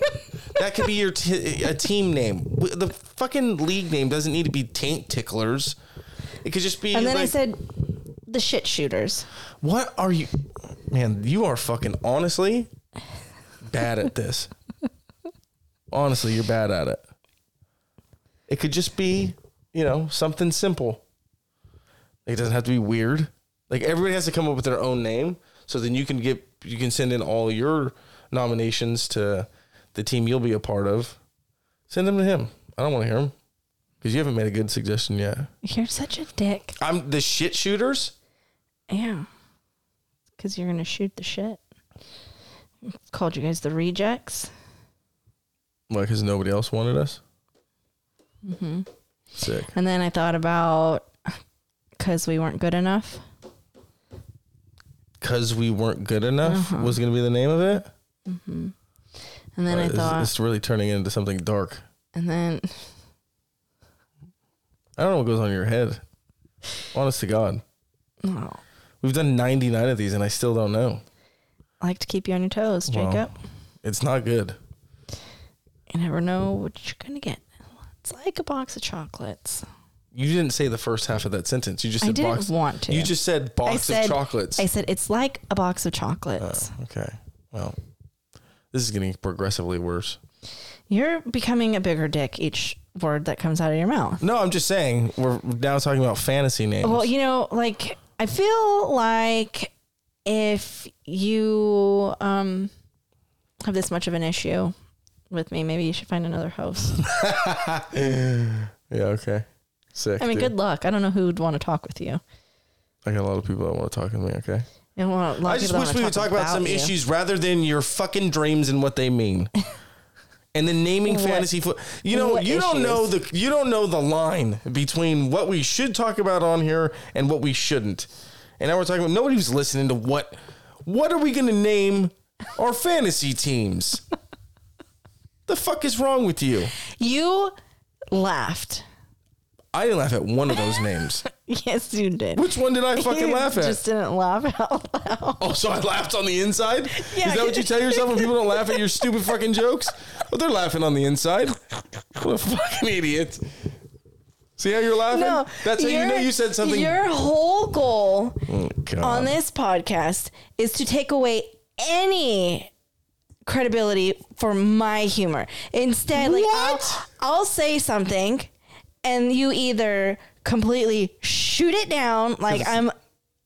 S1: that could be your t- a team name. W- The fucking league name doesn't need to be Taint Ticklers. It could just be.
S2: And then I
S1: like,
S2: said the shit shooters.
S1: "What are you, man? You are fucking honestly bad at this. honestly, you're bad at it. It could just be, you know, something simple. It doesn't have to be weird. Like everybody has to come up with their own name, so then you can get you can send in all your nominations to the team you'll be a part of. Send them to him. I don't want to hear him because you haven't made a good suggestion yet.
S2: You're such a dick.
S1: I'm the shit shooters.
S2: Yeah. Because you're going to shoot the shit. Called you guys the rejects.
S1: Why? Because nobody else wanted us. Mm-hmm. Sick.
S2: And then I thought about because we weren't good enough.
S1: Because we weren't good enough was going to be the name of it.
S2: And Uh-huh. then
S1: Uh,
S2: I
S1: it's-
S2: thought,
S1: it's really turning into something dark.
S2: and then
S1: I don't know what goes on in your head. Honest to God,
S2: oh,
S1: we've done 99 of these and I still don't know.
S2: I like to keep you on your toes,
S1: Well,
S2: Jacob.
S1: It's not good.
S2: You never know what you're going to get. It's like a box of chocolates.
S1: You didn't say the first half of that sentence. You just
S2: I
S1: said
S2: didn't
S1: box.
S2: want to.
S1: You just said
S2: I
S1: box
S2: said,
S1: of chocolates. Uh.
S2: I said, it's like a box of chocolates.
S1: okay. Well, this is getting progressively worse.
S2: You're becoming a bigger dick each word that comes out of your mouth.
S1: No, I'm just saying we're now talking about fantasy names.
S2: Well, you know, like I feel like if you um have this much of an issue with me, maybe you should find another host.
S1: yeah. Okay. Sick.
S2: I mean,
S1: dude.
S2: good luck. I don't know who would want to talk with you.
S1: I got a lot of people that want to talk to me. Okay.
S2: And well, a lot
S1: I
S2: of
S1: just
S2: people
S1: wish
S2: that
S1: we
S2: wanna
S1: would talk about, some
S2: you.
S1: issues rather than your fucking dreams and what they mean. and then naming fantasy foot. You know,
S2: what
S1: you don't know
S2: issues?
S1: the you don't know the line between what we should talk about on here and what we shouldn't. And now we're talking about nobody's listening to what what are we going to name our fantasy teams? the fuck is wrong with you?
S2: You laughed.
S1: I didn't laugh at one of those names.
S2: Yes, you did.
S1: Which one did I fucking
S2: You
S1: laugh at?
S2: Just didn't laugh out loud.
S1: Oh, so I laughed on the inside? Is
S2: Yeah.
S1: that what you tell yourself when people don't laugh at your stupid fucking jokes? Well, they're laughing on the inside. What a fucking idiot. See how you're laughing?
S2: No,
S1: That's how you
S2: your-
S1: know you said something.
S2: Your whole goal
S1: Oh, God.
S2: on this podcast is to take away any credibility for my humor. Instead, like
S1: What?
S2: I'll, I'll say something, and you either completely shoot it down, like I'm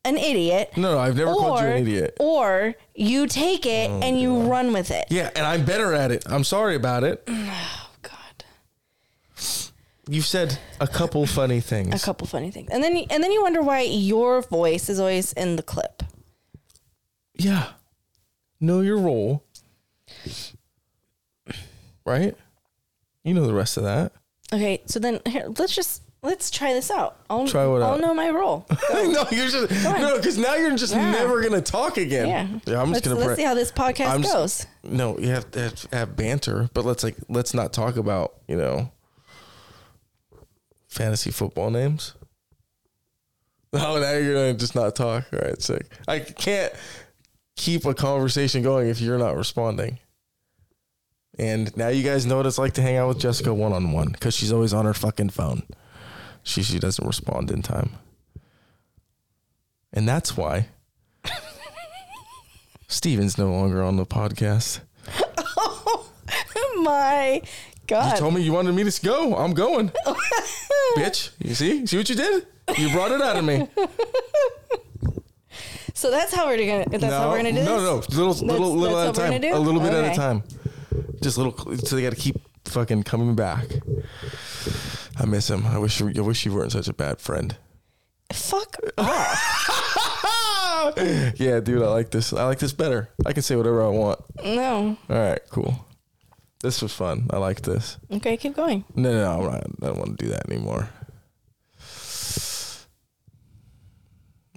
S2: an idiot.
S1: No, no, I've never called you an idiot. Oh,
S2: Or you take it and you run with it.
S1: yeah, and I'm better at it. I'm sorry about it.
S2: Oh God.
S1: You've said a couple funny
S2: A
S1: things.
S2: couple funny things, and then and then you wonder why your voice is always in the clip.
S1: Yeah. Know your role. Right? You know the rest of that.
S2: Okay, so then here, let's just let's try this out. I'll
S1: Try what
S2: I'll
S1: out?
S2: know my role.
S1: no, you're just no, because now you're just
S2: Yeah.
S1: never gonna talk again.
S2: Yeah.
S1: I'm just
S2: let's,
S1: gonna.
S2: let's
S1: pre-
S2: see how this podcast
S1: I'm s-
S2: goes.
S1: No, you have to have, have banter, but let's like let's not talk about you know fantasy football names. Oh, now you're gonna just not talk. All right, sick. I can't keep a conversation going if you're not responding. And now you guys know what it's like to hang out with Jessica one on one because she's always on her fucking phone. She she doesn't respond in time, and that's why Steven's no longer on the podcast.
S2: Oh
S1: You
S2: my God.
S1: told me you wanted me to go. I'm going. Bitch, you see? See what you did? You brought it out of me.
S2: so that's how we're gonna. That's how we're gonna do
S1: no,
S2: this.
S1: no, little, little, little
S2: that's
S1: at a
S2: what we're
S1: time.
S2: gonna
S1: A
S2: do?
S1: little bit at a
S2: Okay.
S1: time. Just little. So they got to keep fucking coming back. I miss him. I wish. I wish you weren't such a bad friend.
S2: Fuck off.
S1: yeah, dude. I like this. I like this better. I can say whatever I want.
S2: No.
S1: All right, cool. This was fun. I like this.
S2: Okay, keep going.
S1: No, no, no I'm not, I don't want to do that anymore.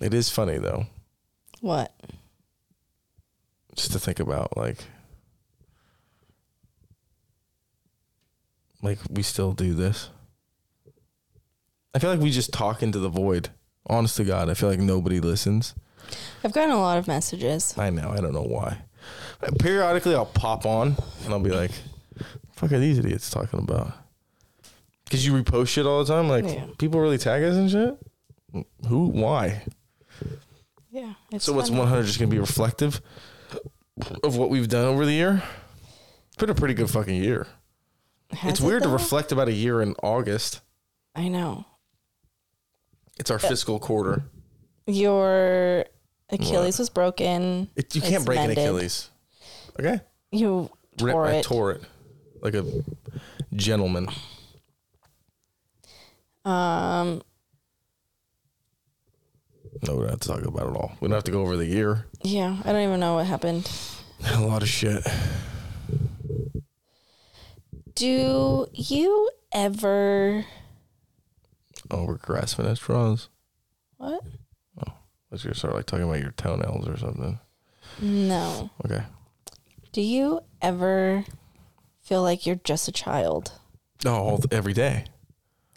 S1: It is funny though,
S2: What?
S1: just to think about like, like we still do this. I feel like we just talk into the void. Honest to God, I feel like nobody listens.
S2: I've gotten a lot of messages.
S1: I know. I don't know why. Uh, Periodically, I'll pop on and I'll be like, "Fuck are these idiots talking about?" Because you repost shit all the time. Like
S2: Yeah.
S1: people really tag us and shit. Who? Why?
S2: Yeah. It's
S1: so what's
S2: fun.
S1: 100 just gonna be reflective of what we've done over the year? It's been a pretty good fucking year.
S2: Has
S1: it's
S2: it
S1: weird to
S2: though?
S1: reflect about a year in August.
S2: I know.
S1: It's our fiscal quarter.
S2: Your Achilles was broken.
S1: It, you can't
S2: It's
S1: break
S2: mended.
S1: an Achilles. Okay.
S2: You
S1: Rip-
S2: tore
S1: I
S2: it.
S1: tore it like a gentleman.
S2: um.
S1: No, we don't have to talk about it all. We don't have to go over the year.
S2: Yeah. I don't even know what happened.
S1: A lot of shit.
S2: Do you ever
S1: Oh, we're grasping at straws.
S2: what?
S1: Let's just start like talking about your toenails or something.
S2: No.
S1: Okay.
S2: Do you ever feel like you're just a child?
S1: Oh, all- every day.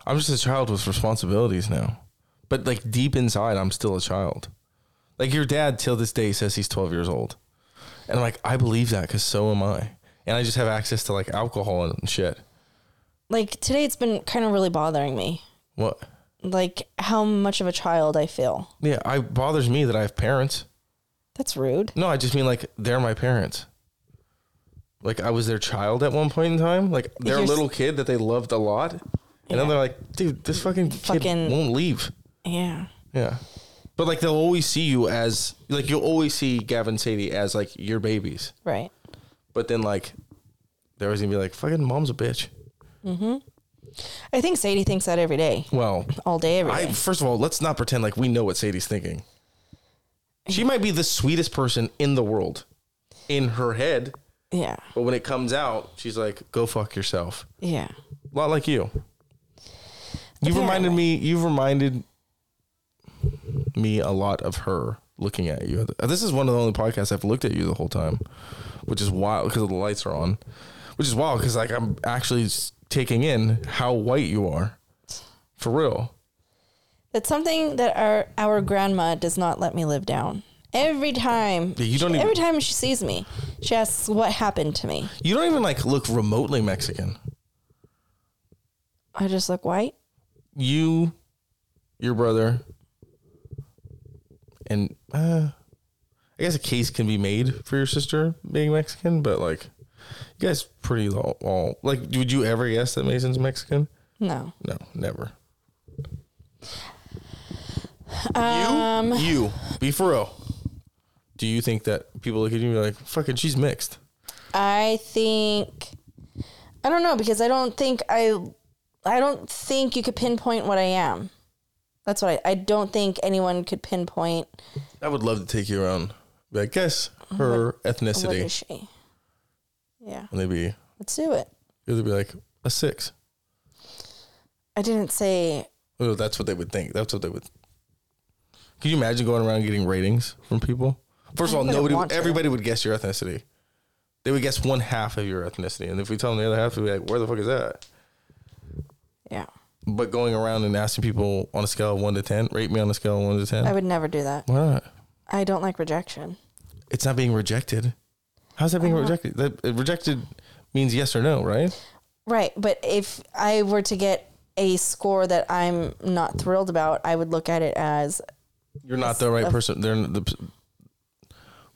S1: I'm just a child with responsibilities now. But like deep inside, I'm still a child. Like your dad till this day says he's 12 years old. And I'm like, I believe that because so am I. And I just have access to like alcohol and shit.
S2: Like today it's been kind of really bothering me.
S1: What?
S2: Like how much of a child I feel.
S1: Yeah, I bothers me that I have parents.
S2: That's rude.
S1: No, I just mean like they're my parents. Like I was their child at one point in time. Like their
S2: You're s-
S1: little kid that they loved a lot. And then
S2: Yeah.
S1: they're like, dude, this fucking kid
S2: Fucking-
S1: won't leave.
S2: Yeah.
S1: Yeah. But like they'll always see you as like you'll always see Gavin Sadie as like your babies.
S2: Right.
S1: But then like they're always gonna be like, fucking mom's a bitch.
S2: I think Sadie thinks that every day.
S1: Well,
S2: All day every day.
S1: I first of all, let's not pretend like we know what Sadie's thinking. She might be the sweetest person in the world. In her head,
S2: Yeah.
S1: But when it comes out, she's like, "Go fuck yourself."
S2: Yeah.
S1: A lot like you. You've
S2: Apparently.
S1: reminded me. You've reminded me a lot of her looking at you. This is one of the only podcasts I've looked at you the whole time, which is wild because the lights are on, which is wild because like I'm actually s- taking in how white you are, for real.
S2: That's something that our our grandma does not let me live down. Every time,
S1: Yeah, you don't
S2: she-
S1: even-
S2: every time she sees me, she asks what happened to me.
S1: You don't even like look remotely Mexican.
S2: I just look white.
S1: You, your brother, and uh, I guess a case can be made for your sister being Mexican, but like, you guys pretty all, all like. Would you ever guess that Mason's Mexican?
S2: No.
S1: No, never. Um, you, you, be for real. Do you think that people look at you and be like, "Fucking, she's mixed"?
S2: I think I don't know because I don't think I I don't think you could pinpoint what I am. That's what I I don't think anyone could pinpoint
S1: I would love to take you around. Be like, guess her
S2: what is
S1: ethnicity,
S2: she. Yeah,
S1: and they'd be
S2: let's do it.
S1: It would be like a six.
S2: I didn't say
S1: Oh, that's what they would think. That's what they would. Can you imagine going around getting ratings from people? First of
S2: I
S1: all,
S2: wouldn't
S1: nobody,
S2: want to.
S1: everybody would guess your ethnicity. They would guess one half of your ethnicity, and if we tell them the other half, they'd be like, "Where the fuck is that?"
S2: yeah.
S1: But going around and asking people on a scale of one to ten, rate me on a scale of one to ten.
S2: I would never do that.
S1: Why not?
S2: I don't like rejection.
S1: It's not being rejected. How's that being rejected? That uh, rejected means yes or no, right?
S2: Right, but if I were to get a score that I'm not thrilled about, I would look at it as
S1: You're not the right person. They're n- the.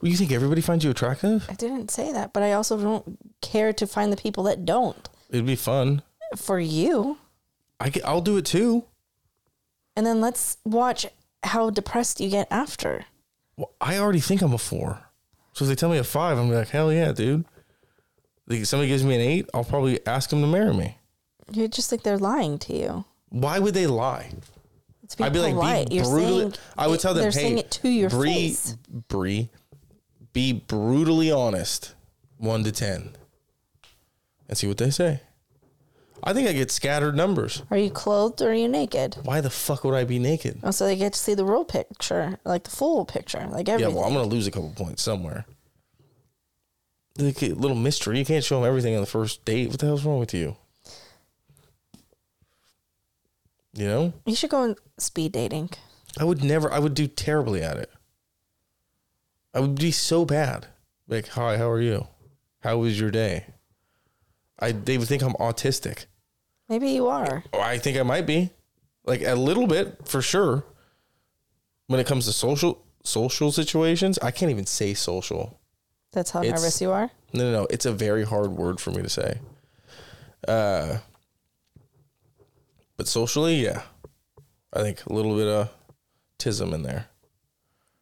S1: Well, you think everybody finds you attractive?
S2: I didn't say that, but I also don't care to find the people that don't.
S1: It'd be fun.
S2: For you,
S1: I get, I'll do it too.
S2: and then let's watch how depressed you get after.
S1: Well, I already think I'm a four. So if they tell me a five, I'm like, hell yeah, dude. Like, if somebody gives me an eight, I'll probably ask them to marry me.
S2: You just think they're lying to you.
S1: Why would they lie?
S2: It's being
S1: I'd be like,
S2: polite.
S1: be
S2: You're
S1: brutally.
S2: saying
S1: I would tell them,
S2: they're
S1: hey,
S2: saying it to your
S1: Bree,
S2: face.
S1: Bree, be brutally honest, one to ten, and see what they say. I think I get scattered numbers.
S2: Are you clothed or are you naked?
S1: Why the fuck would I be naked?
S2: Oh, so they get to see the real picture, like the full picture, like
S1: Yeah,
S2: everything.
S1: well, I'm gonna lose a couple points somewhere. Like a little mystery. You can't show them everything on the first date. What the hell's wrong with you? You know,
S2: you should go on speed dating.
S1: I would never. I would do terribly at it. I would be so bad. Like, hi, how are you? How was your day? I they would think I'm autistic.
S2: Maybe you are.
S1: Oh, I think I might be, like a little bit for sure. When it comes to social social situations, I can't even say social.
S2: That's how
S1: It's-
S2: nervous you are.
S1: No, no, no. It's a very hard word for me to say. Uh, but socially, yeah, I think a little bit of tism in there,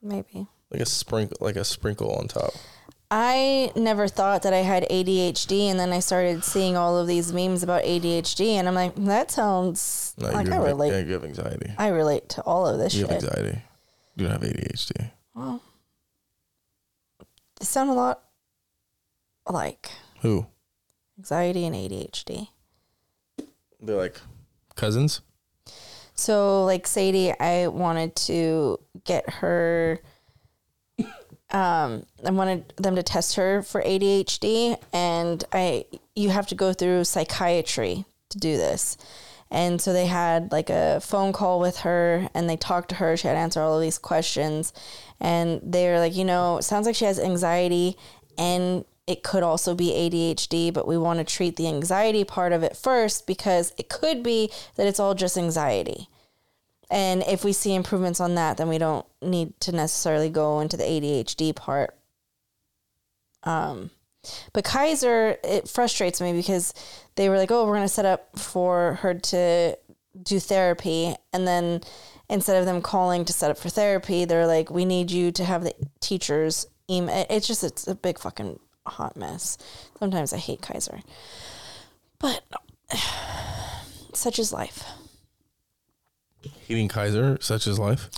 S2: Maybe.
S1: like a sprinkle, like a sprinkle on top.
S2: I never thought that I had ADHD, and then I started seeing all of these memes about ADHD, and I'm like, that sounds
S1: No,
S2: like
S1: you
S2: I
S1: have,
S2: relate.
S1: yeah, you have anxiety.
S2: I relate to all of this
S1: You have
S2: shit.
S1: anxiety. You don't have ADHD.
S2: They sound a lot alike.
S1: Who?
S2: Anxiety and ADHD.
S1: They're like cousins.
S2: So, like Sadie, I wanted to get her. Um, I wanted them to test her for ADHD, and I you have to go through psychiatry to do this. And so they had like a phone call with her, and they talked to her. She had to answer all of these questions, and they're like, you know, it sounds like she has anxiety, and it could also be ADHD, but we want to treat the anxiety part of it first because it could be that it's all just anxiety. And if we see improvements on that, then we don't need to necessarily go into the ADHD part. Um, but Kaiser, it frustrates me because they were like, oh, we're going to set up for her to do therapy. And then instead of them calling to set up for therapy, they're like, we need you to have the teachers email. It's just, it's a big fucking hot mess. Sometimes I hate Kaiser. But such is life.
S1: Hating Kaiser, such is life.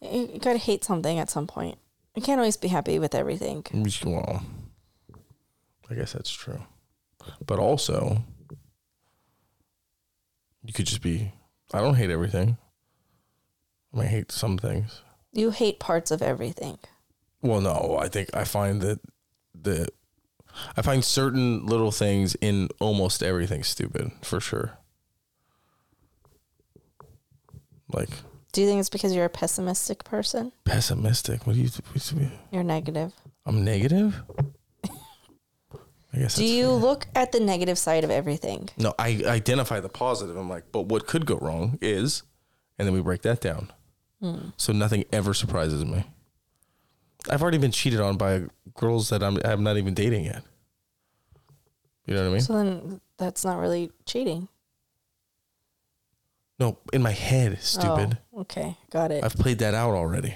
S2: You you gotta hate something at some point. You can't always be happy with everything.
S1: Well, I I guess that's true. But also, you could just be. I don't hate everything. I might hate some things.
S2: You hate parts of everything.
S1: Well, no, I think I find that the I find certain little things in almost everything stupid for sure. Like
S2: Do you think it's because you're a pessimistic person?
S1: pessimistic. What do you? What do you
S2: You're negative.
S1: I'm negative. I guess. that's
S2: Do you
S1: fair.
S2: look at the negative side of everything?
S1: No, I identify the positive. I'm like, but what could go wrong is, and then we break that down.
S2: Hmm.
S1: So nothing ever surprises me. I've already been cheated on by girls that I'm I'm not even dating yet. You know what I mean?
S2: So then that's not really cheating.
S1: No, in my head, stupid.
S2: Oh, okay, got it.
S1: I've played that out already.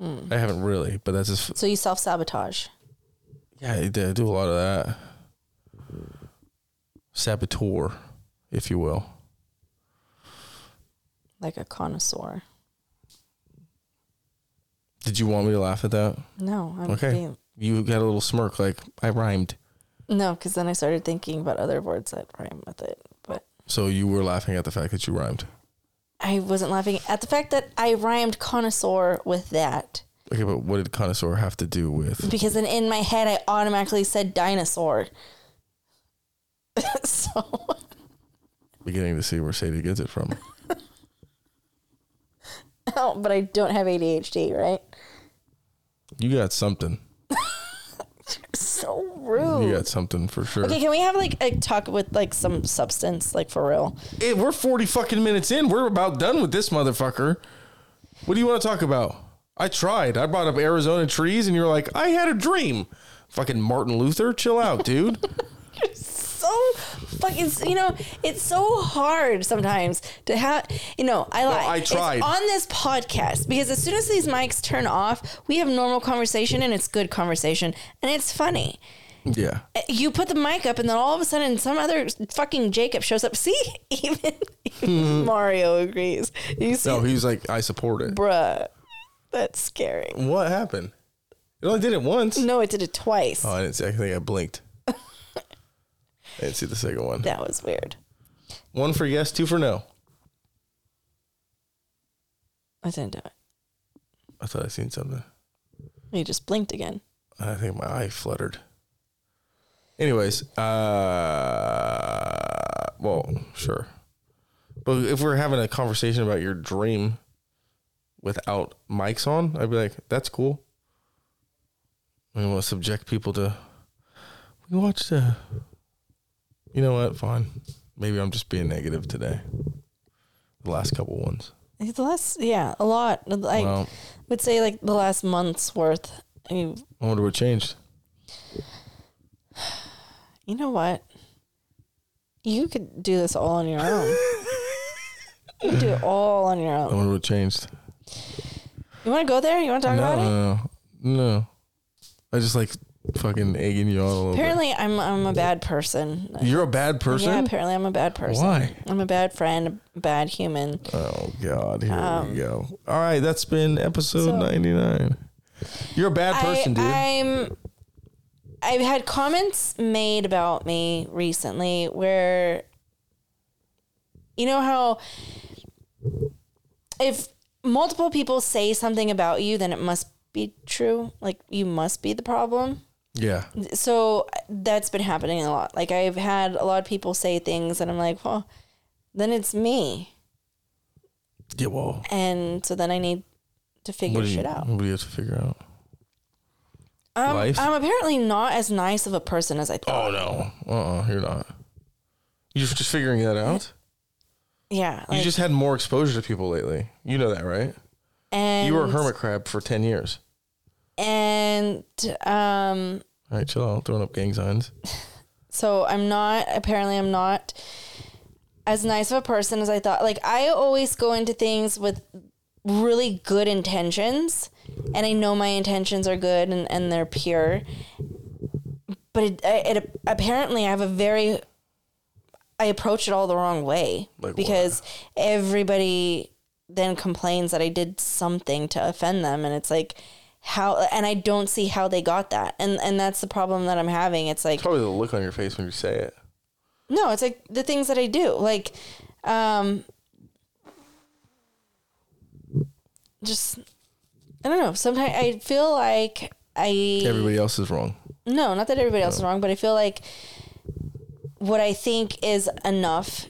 S2: Hmm.
S1: I haven't really, but that's just
S2: so you self sabotage.
S1: yeah. I do I do a lot of that. Saboteur, if you will.
S2: like a connoisseur.
S1: Did you want me to laugh at that?
S2: No, I'm
S1: Okay.
S2: being,
S1: You got a little smirk, like I rhymed.
S2: no, because then I started thinking about other words that rhyme with it. But
S1: So you were laughing at the fact that you rhymed.
S2: I wasn't laughing at the fact that I rhymed connoisseur with that
S1: Okay, but what did connoisseur have to do with?
S2: because then in my head I automatically said dinosaur. so
S1: Beginning to see where Sadie gets it from.
S2: oh, but I don't have ADHD, right?
S1: You got something.
S2: So
S1: You
S2: rude.
S1: got something for sure.
S2: Oh. Okay, can we have like a talk with like some substance, like for real?
S1: Hey, we're 40 fucking minutes in. We're about done with this motherfucker. What do you want to talk about? I tried. I brought up Arizona trees and you're like, I had a dream. Fucking Martin Luther, chill out, dude.
S2: so fucking you know it's so hard sometimes to have you know i lie
S1: I
S2: It's
S1: tried.
S2: on this podcast because as soon as these mics turn off we have normal conversation and it's good conversation and it's funny
S1: yeah.
S2: Uh, you put the mic up and then all of a sudden some other fucking jacob shows up see even,
S1: Hmm.
S2: even mario agrees you see
S1: No, he was like, I support it.
S2: bruh that's scary
S1: What happened? It only did it once.
S2: no it did it twice
S1: Oh, I didn't see. I think I blinked. I didn't see the second one.
S2: that was weird
S1: One for yes, two for no.
S2: i didn't do it
S1: I thought I seen something.
S2: he just blinked again
S1: I think my eye fluttered. Anyways, uh, well, sure. But if we're having a conversation about your dream without mics on, I'd be like, that's cool. We want to subject people to. We watched the. You know what? Fine. Maybe I'm just being negative today. The last couple ones.
S2: The last, yeah, a lot. I
S1: Well.
S2: would say like the last month's worth. You,
S1: I wonder what changed.
S2: you know what? You could do this all on your own. you could do it all on your
S1: I
S2: own.
S1: wonder what changed.
S2: You want to go there? You want to talk
S1: No,
S2: about it?
S1: no, no, no. I just like fucking egging you on a little
S2: Apparently, I'm I'm a bad person.
S1: bit. You're a bad
S2: Yeah,
S1: person.
S2: apparently I'm a bad person.
S1: Why?
S2: I'm a bad friend, a bad human.
S1: oh God, here
S2: Um,
S1: we go. All right, that's been episode ninety nine. You're a bad person, dude.
S2: I'm. I've had comments made about me recently where, you know how, if multiple people say something about you, then it must be true. Like you must be the problem.
S1: yeah,
S2: So that's been happening a lot. Like I've had a lot of people say things, and I'm like, well, then it's me,
S1: yeah. Well,
S2: and so then I need to
S1: what
S2: figure
S1: do you?
S2: shit out.
S1: What do you have to figure out?
S2: I'm,
S1: life?
S2: I'm apparently not as nice of a person as I thought.
S1: Oh no, uh, uh you're not. You're just figuring that out.
S2: Yeah.
S1: Oh. you just had more exposure to people lately. You know that, right?
S2: and,
S1: you were a hermit crab for ten years.
S2: And um,
S1: All right, chill out. Throwing up gang signs.
S2: so I'm not, apparently, I'm not as nice of a person as I thought. Like, I always go into things with really good intentions, and I know my intentions are good and, and they're pure. But it, it apparently, I have a very, I approach it all the wrong way
S1: Like
S2: because everybody then complains that I did something to offend them. And it's like, how and I don't see how they got that. And and that's the problem that I'm having. It's like
S1: Probably the look on your face when you say it.
S2: no, it's like the things that I do. Like um just I don't know. Sometimes I feel like I
S1: Everybody else is wrong.
S2: No, not that everybody else is wrong, but I feel like what I think is enough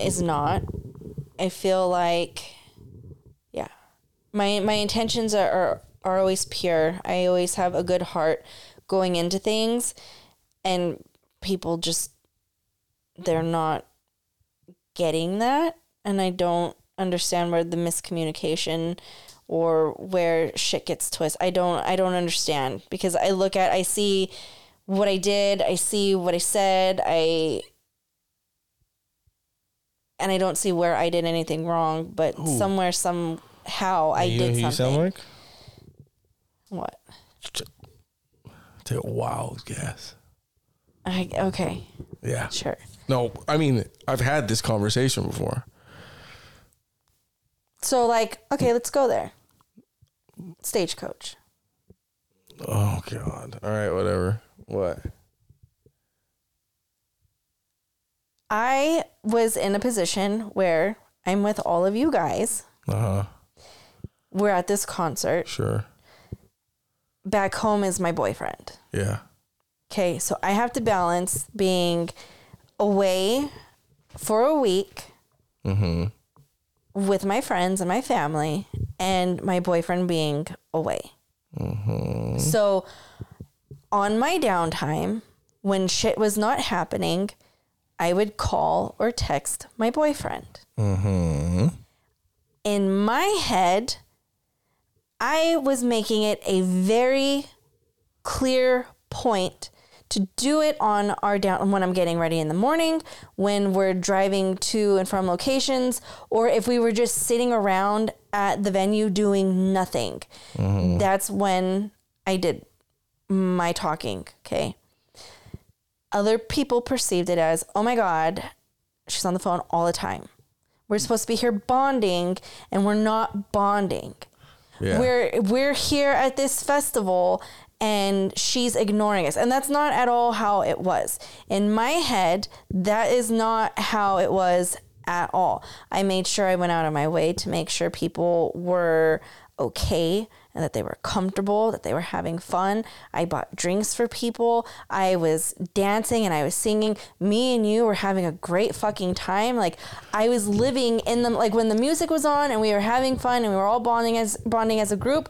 S2: is not. I feel like, yeah, my my intentions are are, are always pure. I always have a good heart going into things, and people just they're not getting that, and I don't understand where the miscommunication or where shit gets twisted. I don't I don't understand because I look at I see what I did, I see what I said, I and I don't see where I did anything wrong, but somewhere somehow I
S1: you know
S2: did
S1: who
S2: something.
S1: you sound like?
S2: What?
S1: Take a wild guess.
S2: I okay,
S1: Yeah.
S2: sure.
S1: No, I mean, I've had this conversation before.
S2: So like, okay, let's go there. Stagecoach.
S1: Oh God. All right, whatever. What?
S2: I was in a position where I'm with all of you guys.
S1: Uh huh.
S2: We're at this concert.
S1: Sure.
S2: Back home is my boyfriend.
S1: Yeah.
S2: Okay, so I have to balance being away for a week with my friends and my family and my boyfriend being away. So on my downtime, when shit was not happening, I would call or text my boyfriend. In my head, I was making it a very clear point to do it on our down when I'm getting ready in the morning, when we're driving to and from locations, or if we were just sitting around at the venue doing nothing. That's when I did my talking. Okay. Other people perceived it as, oh my God, she's on the phone all the time. We're supposed to be here bonding and we're not bonding
S1: Yeah.
S2: we're we're here at this festival and she's ignoring us and that's not at all how it was in my head that is not how it was at all i made sure i went out of my way to make sure people were okay and that they were comfortable that they were having fun i bought drinks for people i was dancing and i was singing me and you were having a great fucking time like i was living in them like when the music was on and we were having fun and we were all bonding as bonding as a group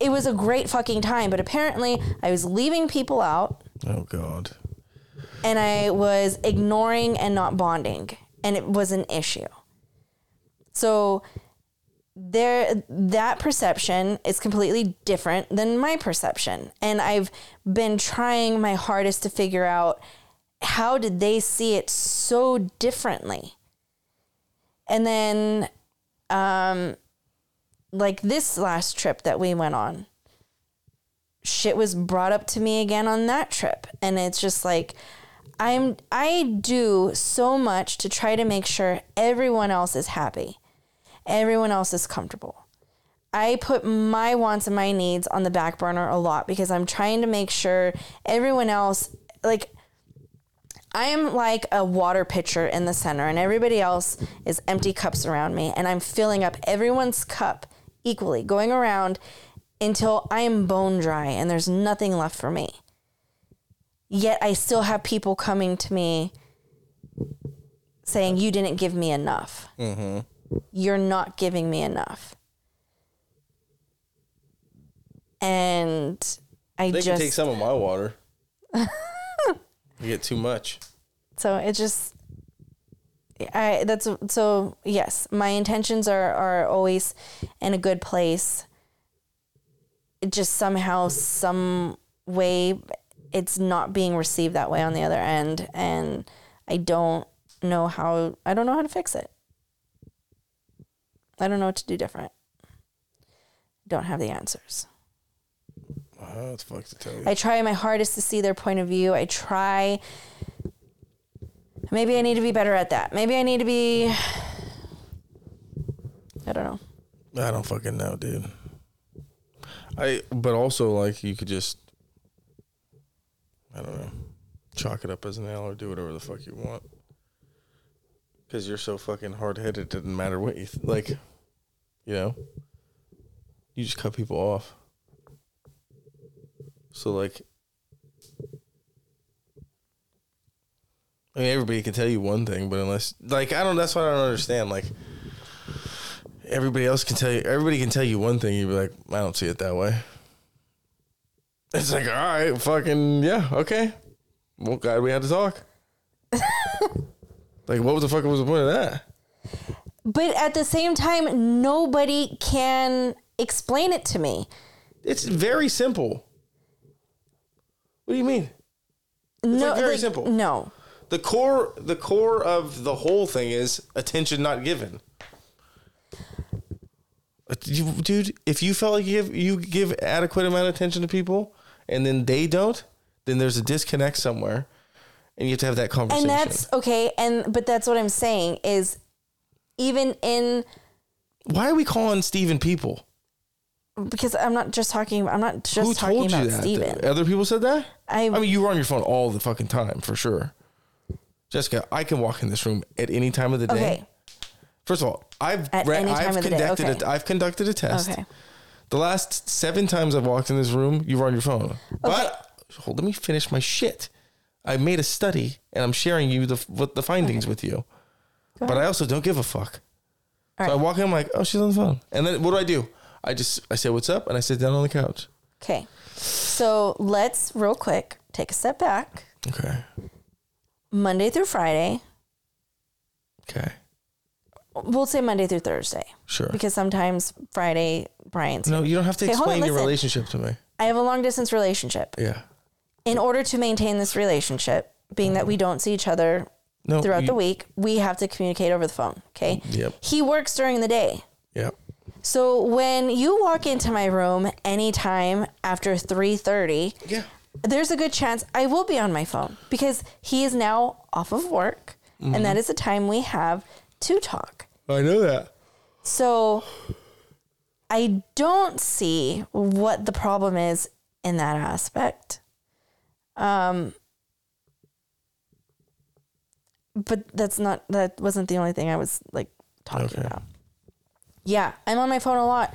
S2: it was a great fucking time but apparently i was leaving people out
S1: oh God.
S2: and I was ignoring and not bonding, and it was an issue. So there that perception is completely different than my perception. And I've been trying my hardest to figure out how did they see it so differently? And then um like this last trip that we went on shit was brought up to me again on that trip and it's just like i'm i do so much to try to make sure everyone else is happy everyone else is comfortable i put my wants and my needs on the back burner a lot because i'm trying to make sure everyone else like I am like a water pitcher in the center, and everybody else is empty cups around me, and I'm filling up everyone's cup equally, going around until I am bone dry and there's nothing left for me. Yet I still have people coming to me saying, You didn't give me enough.
S1: Mm-hmm.
S2: You're not giving me enough. And I
S1: They can
S2: just
S1: take some of my water. you get too much.
S2: so it just i that's so yes my intentions are are always in a good place it just somehow some way it's not being received that way on the other end and i don't know how i don't know how to fix it i don't know what to do different don't have the answers
S1: Oh, that's fucked to tell you.
S2: I try my hardest to see their point of view. I try. Maybe I need to be better at that. Maybe I need to be. I don't know.
S1: I don't fucking know, dude. I but also like you could just I don't know. Chalk it up as an L or do whatever the fuck you want. Cuz you're so fucking hard-headed it doesn't matter what you th- like you know. You just cut people off. So like I mean everybody can tell you one thing, but unless like I don't that's what I don't understand like everybody else can tell you everybody can tell you one thing you'd be like i don't see it that way it's like all right fucking yeah okay well glad we had to talk like what was the fuck was the point of that
S2: But at the same time, nobody can explain it to me.
S1: it's very simple what do you mean
S2: no,
S1: very simple.
S2: No.
S1: the core the core of the whole thing is attention not given Uh, you- dude if you felt like you give you give adequate amount of attention to people and then they don't then there's a disconnect somewhere and you have to have that
S2: And
S1: conversation
S2: that's okay. And but that's what I'm saying is even in
S1: why are we calling steven people
S2: because I'm not just talking I'm not just
S1: who
S2: talking
S1: told you
S2: about
S1: that
S2: Steven.
S1: other people said that
S2: I-
S1: I mean you were on your phone all the fucking time for sure jessica i can walk in this room at any time of the day
S2: Okay.
S1: First of all, I've
S2: At
S1: re-
S2: any time
S1: I've
S2: of the day,
S1: conducted
S2: okay.
S1: a, I've conducted a test.
S2: Okay.
S1: The last seven times I've walked in this room, you were on your phone. But hold, let me finish my shit. I made a study, and I'm sharing you the what the findings with you. But I also don't give a fuck.
S2: All
S1: so I
S2: right.
S1: walk in, I'm like, oh, she's on the phone. And then what do I do? I just I say what's up, and I sit down on the couch.
S2: Okay. So let's real quick take a step back.
S1: Okay.
S2: Monday through Friday.
S1: Okay.
S2: We'll say Monday through Thursday.
S1: Sure.
S2: Because sometimes Friday Brian's
S1: no, you don't have to
S2: Okay, hold on,
S1: explain your
S2: listen.
S1: relationship to me.
S2: I have a long distance relationship.
S1: Yeah.
S2: In order to maintain this relationship, being that we don't see each other
S1: No. Mm-hmm. Oh,
S2: throughout
S1: you-
S2: the week, we have to communicate over the phone. Okay.
S1: Yep.
S2: He works during the day.
S1: Yeah.
S2: So when you walk into my room anytime after 3:30,
S1: Yeah.
S2: there's a good chance I will be on my phone because he is now off of work and
S1: Mm-hmm.
S2: that is the time we have to talk.
S1: I know that.
S2: So I don't see what the problem is in that aspect. Um but that's not that wasn't the only thing I was like talking
S1: Okay.
S2: about. Yeah, I'm on my phone a lot.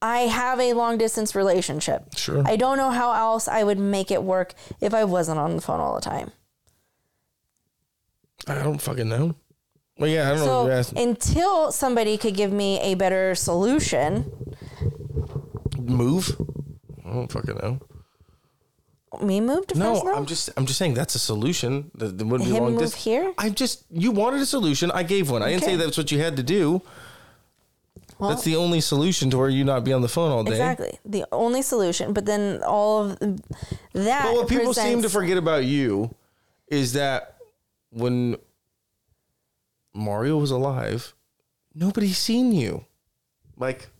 S2: I have a long distance relationship.
S1: Sure.
S2: I don't know how else I would make it work if I wasn't on the phone all the time.
S1: I don't fucking know. Well, yeah, I don't know.
S2: So
S1: If you're asking.
S2: until somebody could give me a better solution,
S1: Move. I don't fucking know.
S2: me move to
S1: No,
S2: Fresno?
S1: I'm just I'm just saying that's a solution. That, that wouldn't be
S2: Him
S1: long
S2: move
S1: dis-
S2: here?
S1: I just you wanted a solution. I gave one. I didn't say
S2: Okay.
S1: that's what you had to do.
S2: Well-
S1: that's the only solution to where you not be on the phone all day.
S2: Exactly. The only solution. But then all of that.
S1: But what people
S2: presents,
S1: seem to forget about you is that when Mario was alive, nobody seen you. Like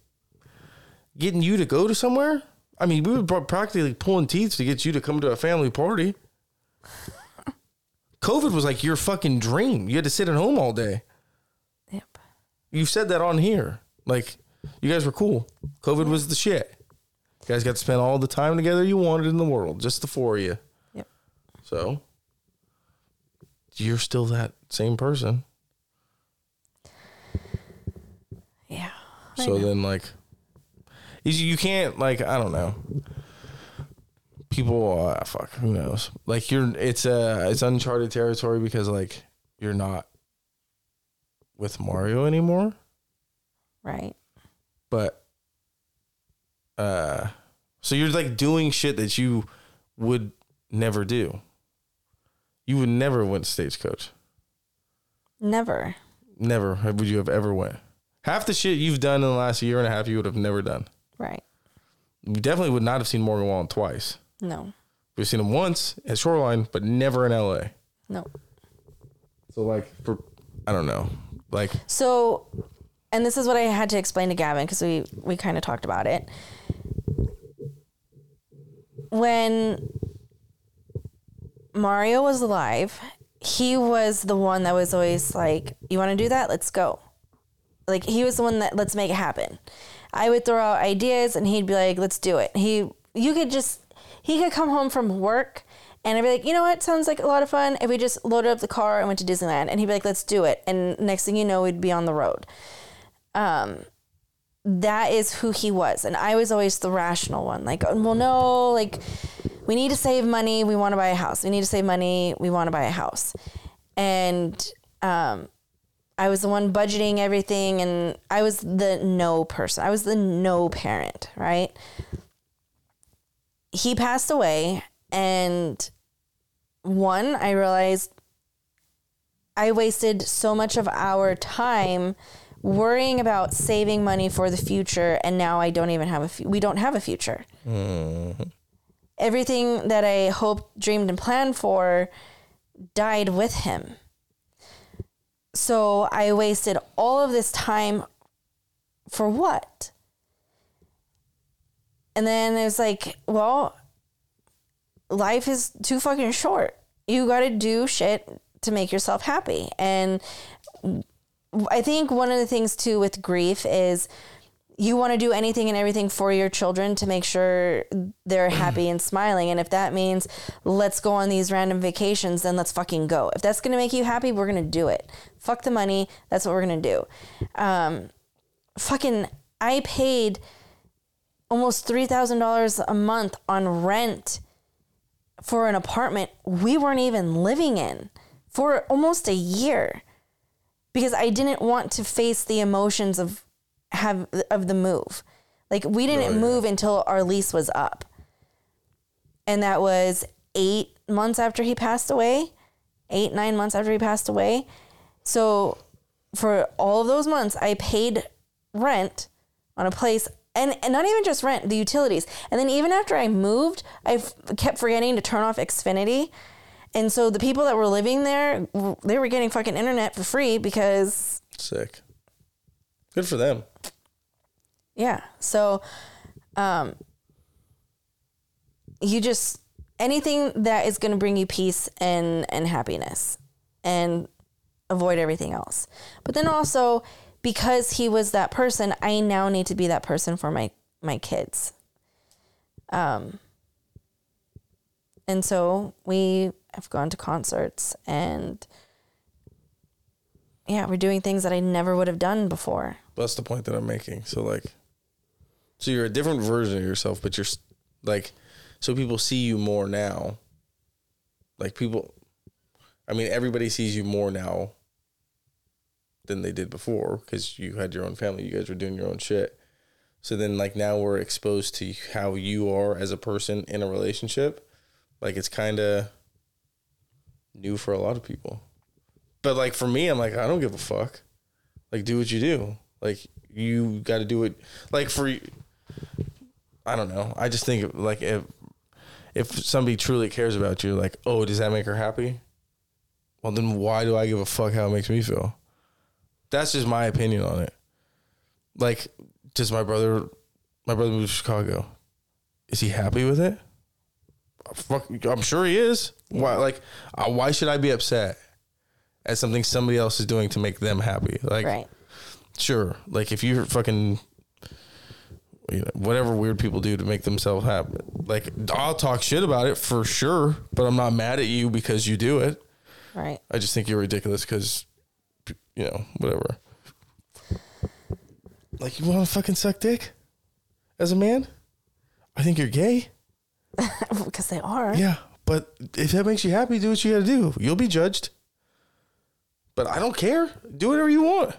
S1: getting you to go to somewhere. I mean, we were pra- practically pulling teeth to get you to come to a family party. COVID was like your fucking dream. You had to sit at home all day.
S2: Yep.
S1: You said that on here. Like, you guys were cool. COVID was the shit. You guys got to spend all the time together you wanted in the world, just the four of you.
S2: Yep.
S1: So you're still that same person.
S2: Yeah.
S1: So then, like, is- you can't like I don't know. People, uh, fuck, who knows? Like you're, it's uh, it's uncharted territory because like you're not with Mario anymore,
S2: Right.
S1: but uh, so you're like doing shit that you would never do. You would never went stagecoach.
S2: Never.
S1: Never have- would you have ever went. Half the shit you've done in the last year and a half, you would have never done.
S2: Right.
S1: You definitely would not have seen Morgan Wallen twice.
S2: No.
S1: We've seen him once at Shoreline, but never in LA.
S2: No.
S1: So like, for I don't know, like
S2: So, and this is what I had to explain to Gavin because we we kind of talked about it. When Mario was alive, he was the one that was always like, "You want to do that? Let's go." Like he was the one that let's make it happen. I would throw out ideas and he'd be like, let's do it. He, you could just, he could come home from work and I'd be like, you know what? Sounds like a lot of fun. If we just loaded up the car and went to Disneyland and he'd be like, let's do it. And next thing you know, we'd be on the road. Um, that is who he was. And I was always the rational one. Like, oh, well, no, like we need to save money. We want to buy a house. We need to save money. We want to buy a house. And, um, I was the one budgeting everything and I was the no person. I was the no parent, right? He passed away and one, I realized I wasted so much of our time worrying about saving money for the future and now I don't even have a fu- we don't have a future. Everything that I hoped, dreamed and planned for died with him. So I wasted all of this time for what? And then it was like, well, life is too fucking short. You got to do shit to make yourself happy. And I think one of the things too with grief is you want to do anything and everything for your children to make sure they're happy and smiling. And if that means let's go on these random vacations, then let's fucking go. If that's going to make you happy, we're going to do it. Fuck the money. That's what we're going to do. Um, fucking, I paid almost $3,000 a month on rent for an apartment we weren't even living in for almost a year because I didn't want to face the emotions of have of the move. Like we didn't move until our lease was up. And that was 8 months after he passed away. 8 9 months after he passed away. So for all of those months I paid rent on a place and, and not even just rent, the utilities. And then even after I moved, I f- kept forgetting to turn off Xfinity. And so the people that were living there, w- they were getting fucking internet for free because,
S1: Sick. Good for them.
S2: yeah. So, um, you just, anything that is going to bring you peace and, and happiness and avoid everything else. But then also, because he was that person, I now need to be that person for my, my kids. Um, and so we have gone to concerts and yeah we're doing things that i never would have done before
S1: That's the point that I'm making. So like, so you're a different version of yourself, but you're s- like, so people see you more now. Like people, I mean, everybody sees you more now than they did before because you had your own family. You guys were doing your own shit. So then, like now, we're exposed to how you are as a person in a relationship. Like it's kind of new for a lot of people. But like for me, I'm like, I don't give a fuck like do what you do like you got to do it like for i don't know i just think like if if somebody truly cares about you like oh does that make her happy well then why do i give a fuck how it makes me feel that's just my opinion on it like does my brother my brother moved to chicago is he happy with it fuck, i'm sure he is why like uh, why should i be upset at something somebody else is doing to make them happy like
S2: right
S1: sure like if you're fucking you know, whatever weird people do to make themselves happy like i'll talk shit about it for sure but i'm not mad at you because you do it
S2: right
S1: i just think you're ridiculous because you know whatever like you want to fucking suck dick as a man i think you're gay
S2: because they are
S1: yeah but if that makes you happy do what you gotta do you'll be judged but i don't care do whatever you want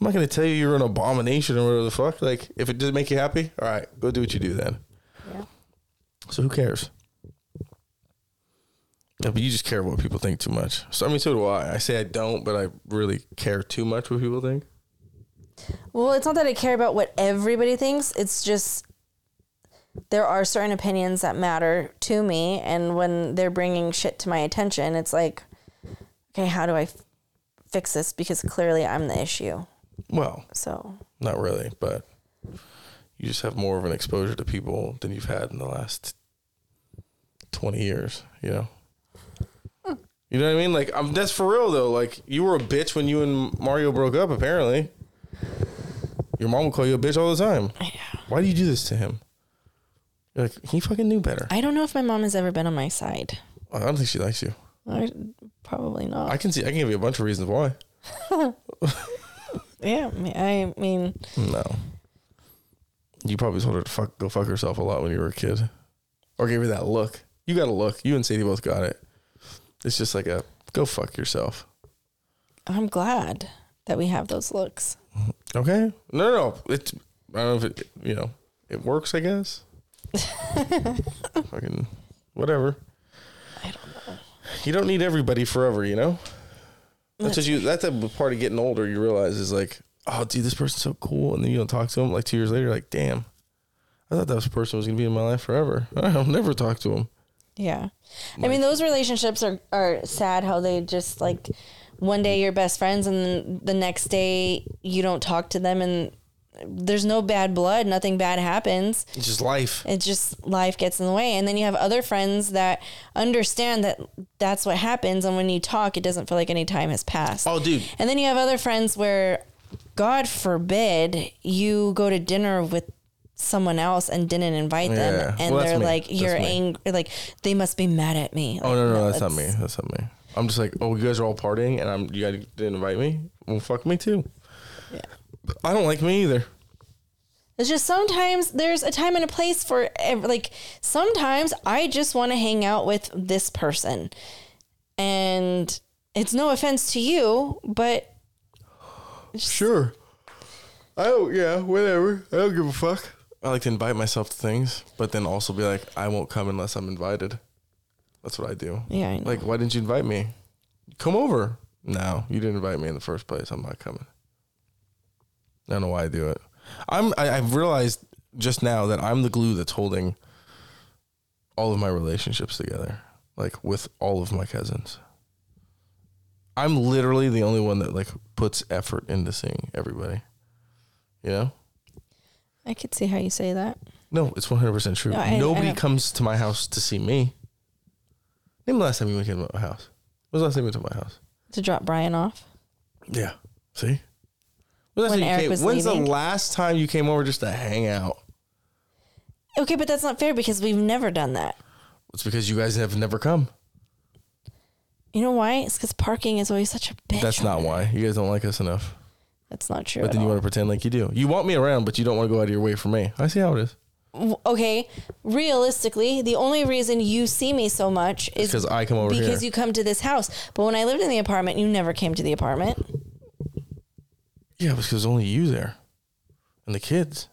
S1: I'm not gonna tell you you're an abomination or whatever the fuck. Like, if it doesn't make you happy, all right, go do what you do then.
S2: Yeah.
S1: So who cares? Yeah, but you just care what people think too much. So I mean, so do I. I say I don't, but I really care too much what people think.
S2: well it's not that i care about what everybody thinks it's just there are certain opinions that matter to me and when they're bringing shit to my attention it's like okay how do I f- fix this because clearly i'm the issue
S1: Well,
S2: so
S1: not really, but you just have more of an exposure to people than you've had in the last twenty years. You know. You know what I mean? Like, I'm, that's for real though. Like, you were a bitch when you and Mario broke up, apparently. Your mom will call you a bitch all the time. Why do you do this to him? You're like, he fucking knew better.
S2: I don't know if my mom has ever been on my side.
S1: I don't think she likes you.
S2: I, probably not.
S1: I can see. I can give you a bunch of reasons why.
S2: yeah, I mean- I mean,
S1: No. You probably told her to fuck, go fuck herself a lot when you were a kid, or gave her that look. You got a look. You and Sadie both got it. It's just like a go fuck yourself.
S2: I'm glad that we have those looks.
S1: Okay. No, no. no. It's I don't know if it you know it works. I guess. Fucking whatever.
S2: I don't know.
S1: You don't need everybody forever. You know. That's what you. That's a part of getting older. You realize is like, oh, dude, this person's so cool, and then you don't talk to him. Like two years later, you're like, damn, I thought that person was gonna be in my life forever. I'll never talk to him.
S2: Yeah. I mean, those relationships are, are sad how they just like one day you're best friends and then the next day you don't talk to them and there's no bad blood, nothing bad happens.
S1: It's just life.
S2: It just life gets in the way. And then you have other friends that understand that that's what happens. And when you talk, it doesn't feel like any time has passed.
S1: Oh, dude.
S2: And then you have other friends where, God forbid, you go to dinner with someone else and didn't invite them,
S1: Yeah.
S2: and
S1: Well, that's
S2: they're
S1: me.
S2: like,
S1: That's
S2: "You're
S1: me.
S2: angry." Like they must be mad at me.
S1: Oh no, no, that's not
S2: it's-
S1: me. That's not me. I'm just like, oh, you guys are all partying, and I'm you guys didn't invite me. Well, fuck me too.
S2: Yeah.
S1: I don't like me either.
S2: It's just sometimes there's a time and a place for ev- like sometimes I just want to hang out with this person, and it's no offense to you, but
S1: Sure. I don't. Yeah, whatever. I don't give a fuck. I like to invite myself to things, but then also be like, I won't come unless I'm invited. That's what I do.
S2: yeah, I know.
S1: Like, why didn't you invite me? Come over. No, you didn't invite me in the first place. I'm not coming. I don't know why I do it. I'm. I, I've realized just now that I'm the glue that's holding all of my relationships together, like with all of my cousins. I'm literally the only one that like puts effort into seeing everybody. You know?
S2: I could see how you say that.
S1: No, it's 100% true.
S2: No, I- I
S1: Nobody
S2: don't-
S1: comes to my house to see me. Name the last time you went to my house. When was the last time you went to my house?
S2: To drop Brian off.
S1: Yeah. See? When's
S2: When Eric was
S1: When's
S2: leaving?
S1: the last time you came over just to hang out?
S2: Okay, but that's not fair because we've never done that.
S1: It's because you guys have never come.
S2: You know why? It's because parking is always such a bitch.
S1: That's not why. You guys don't like us enough.
S2: That's not true.
S1: But
S2: at
S1: then you
S2: all.
S1: want to pretend like you do. You want me around, but you don't want to go out of your way for me. I see how it is.
S2: W- okay, realistically, the only reason you see me so much is
S1: Because I come over
S2: because
S1: here.
S2: you come to this house. But when I lived in the apartment, you never came to the apartment.
S1: yeah, it was because only you there. And the kids.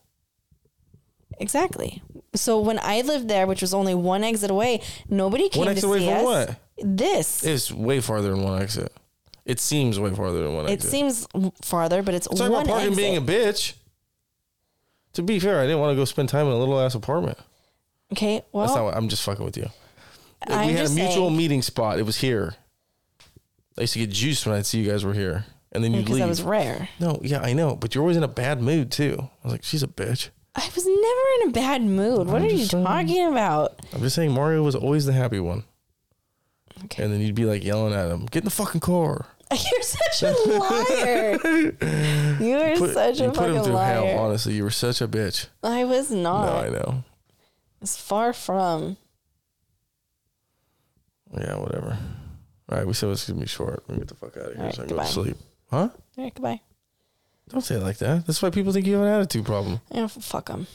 S2: Exactly. So when I lived there, which was only one exit away, nobody came
S1: One exit
S2: to
S1: away
S2: see
S1: from
S2: us.
S1: what?
S2: This. It,
S1: It's way farther than one exit. It seems way farther than one exit.
S2: seems farther, but it's
S1: Talk
S2: one
S1: about parking
S2: exit.
S1: being a bitch. To be fair, I didn't want to go spend time in a little ass apartment.
S2: okay. Well,
S1: That's not what I'm just fucking with you. Like,
S2: I'm
S1: we had a
S2: just
S1: mutual
S2: saying,
S1: meeting spot. It was here. I used to get juiced when I'd see you guys were here, and then you'd
S2: because
S1: leave.
S2: that was rare.
S1: no, yeah, I know, but you're always in a bad mood too. I was like, she's a bitch.
S2: I was never in a bad mood. What
S1: I'm
S2: are you
S1: just saying.
S2: talking about?
S1: I'm just saying, Mario was always the happy one,
S2: Okay.
S1: and then you'd be like yelling at him, "Get in the fucking car!"
S2: You're such a liar. you are
S1: Put-
S2: such
S1: you put
S2: a
S1: him
S2: fucking
S1: through hell.
S2: liar.
S1: Honestly, you were such a bitch.
S2: I was
S1: no,
S2: not.
S1: I know.
S2: it's far from.
S1: Yeah, whatever. All right, we said it's gonna be short. We get the fuck out of here.
S2: All right,
S1: so I can go to
S2: goodbye.
S1: sleep. Huh?
S2: All right, goodbye.
S1: Don't say it like that. That's why people think you have an attitude problem.
S2: Yeah, f- fuck them.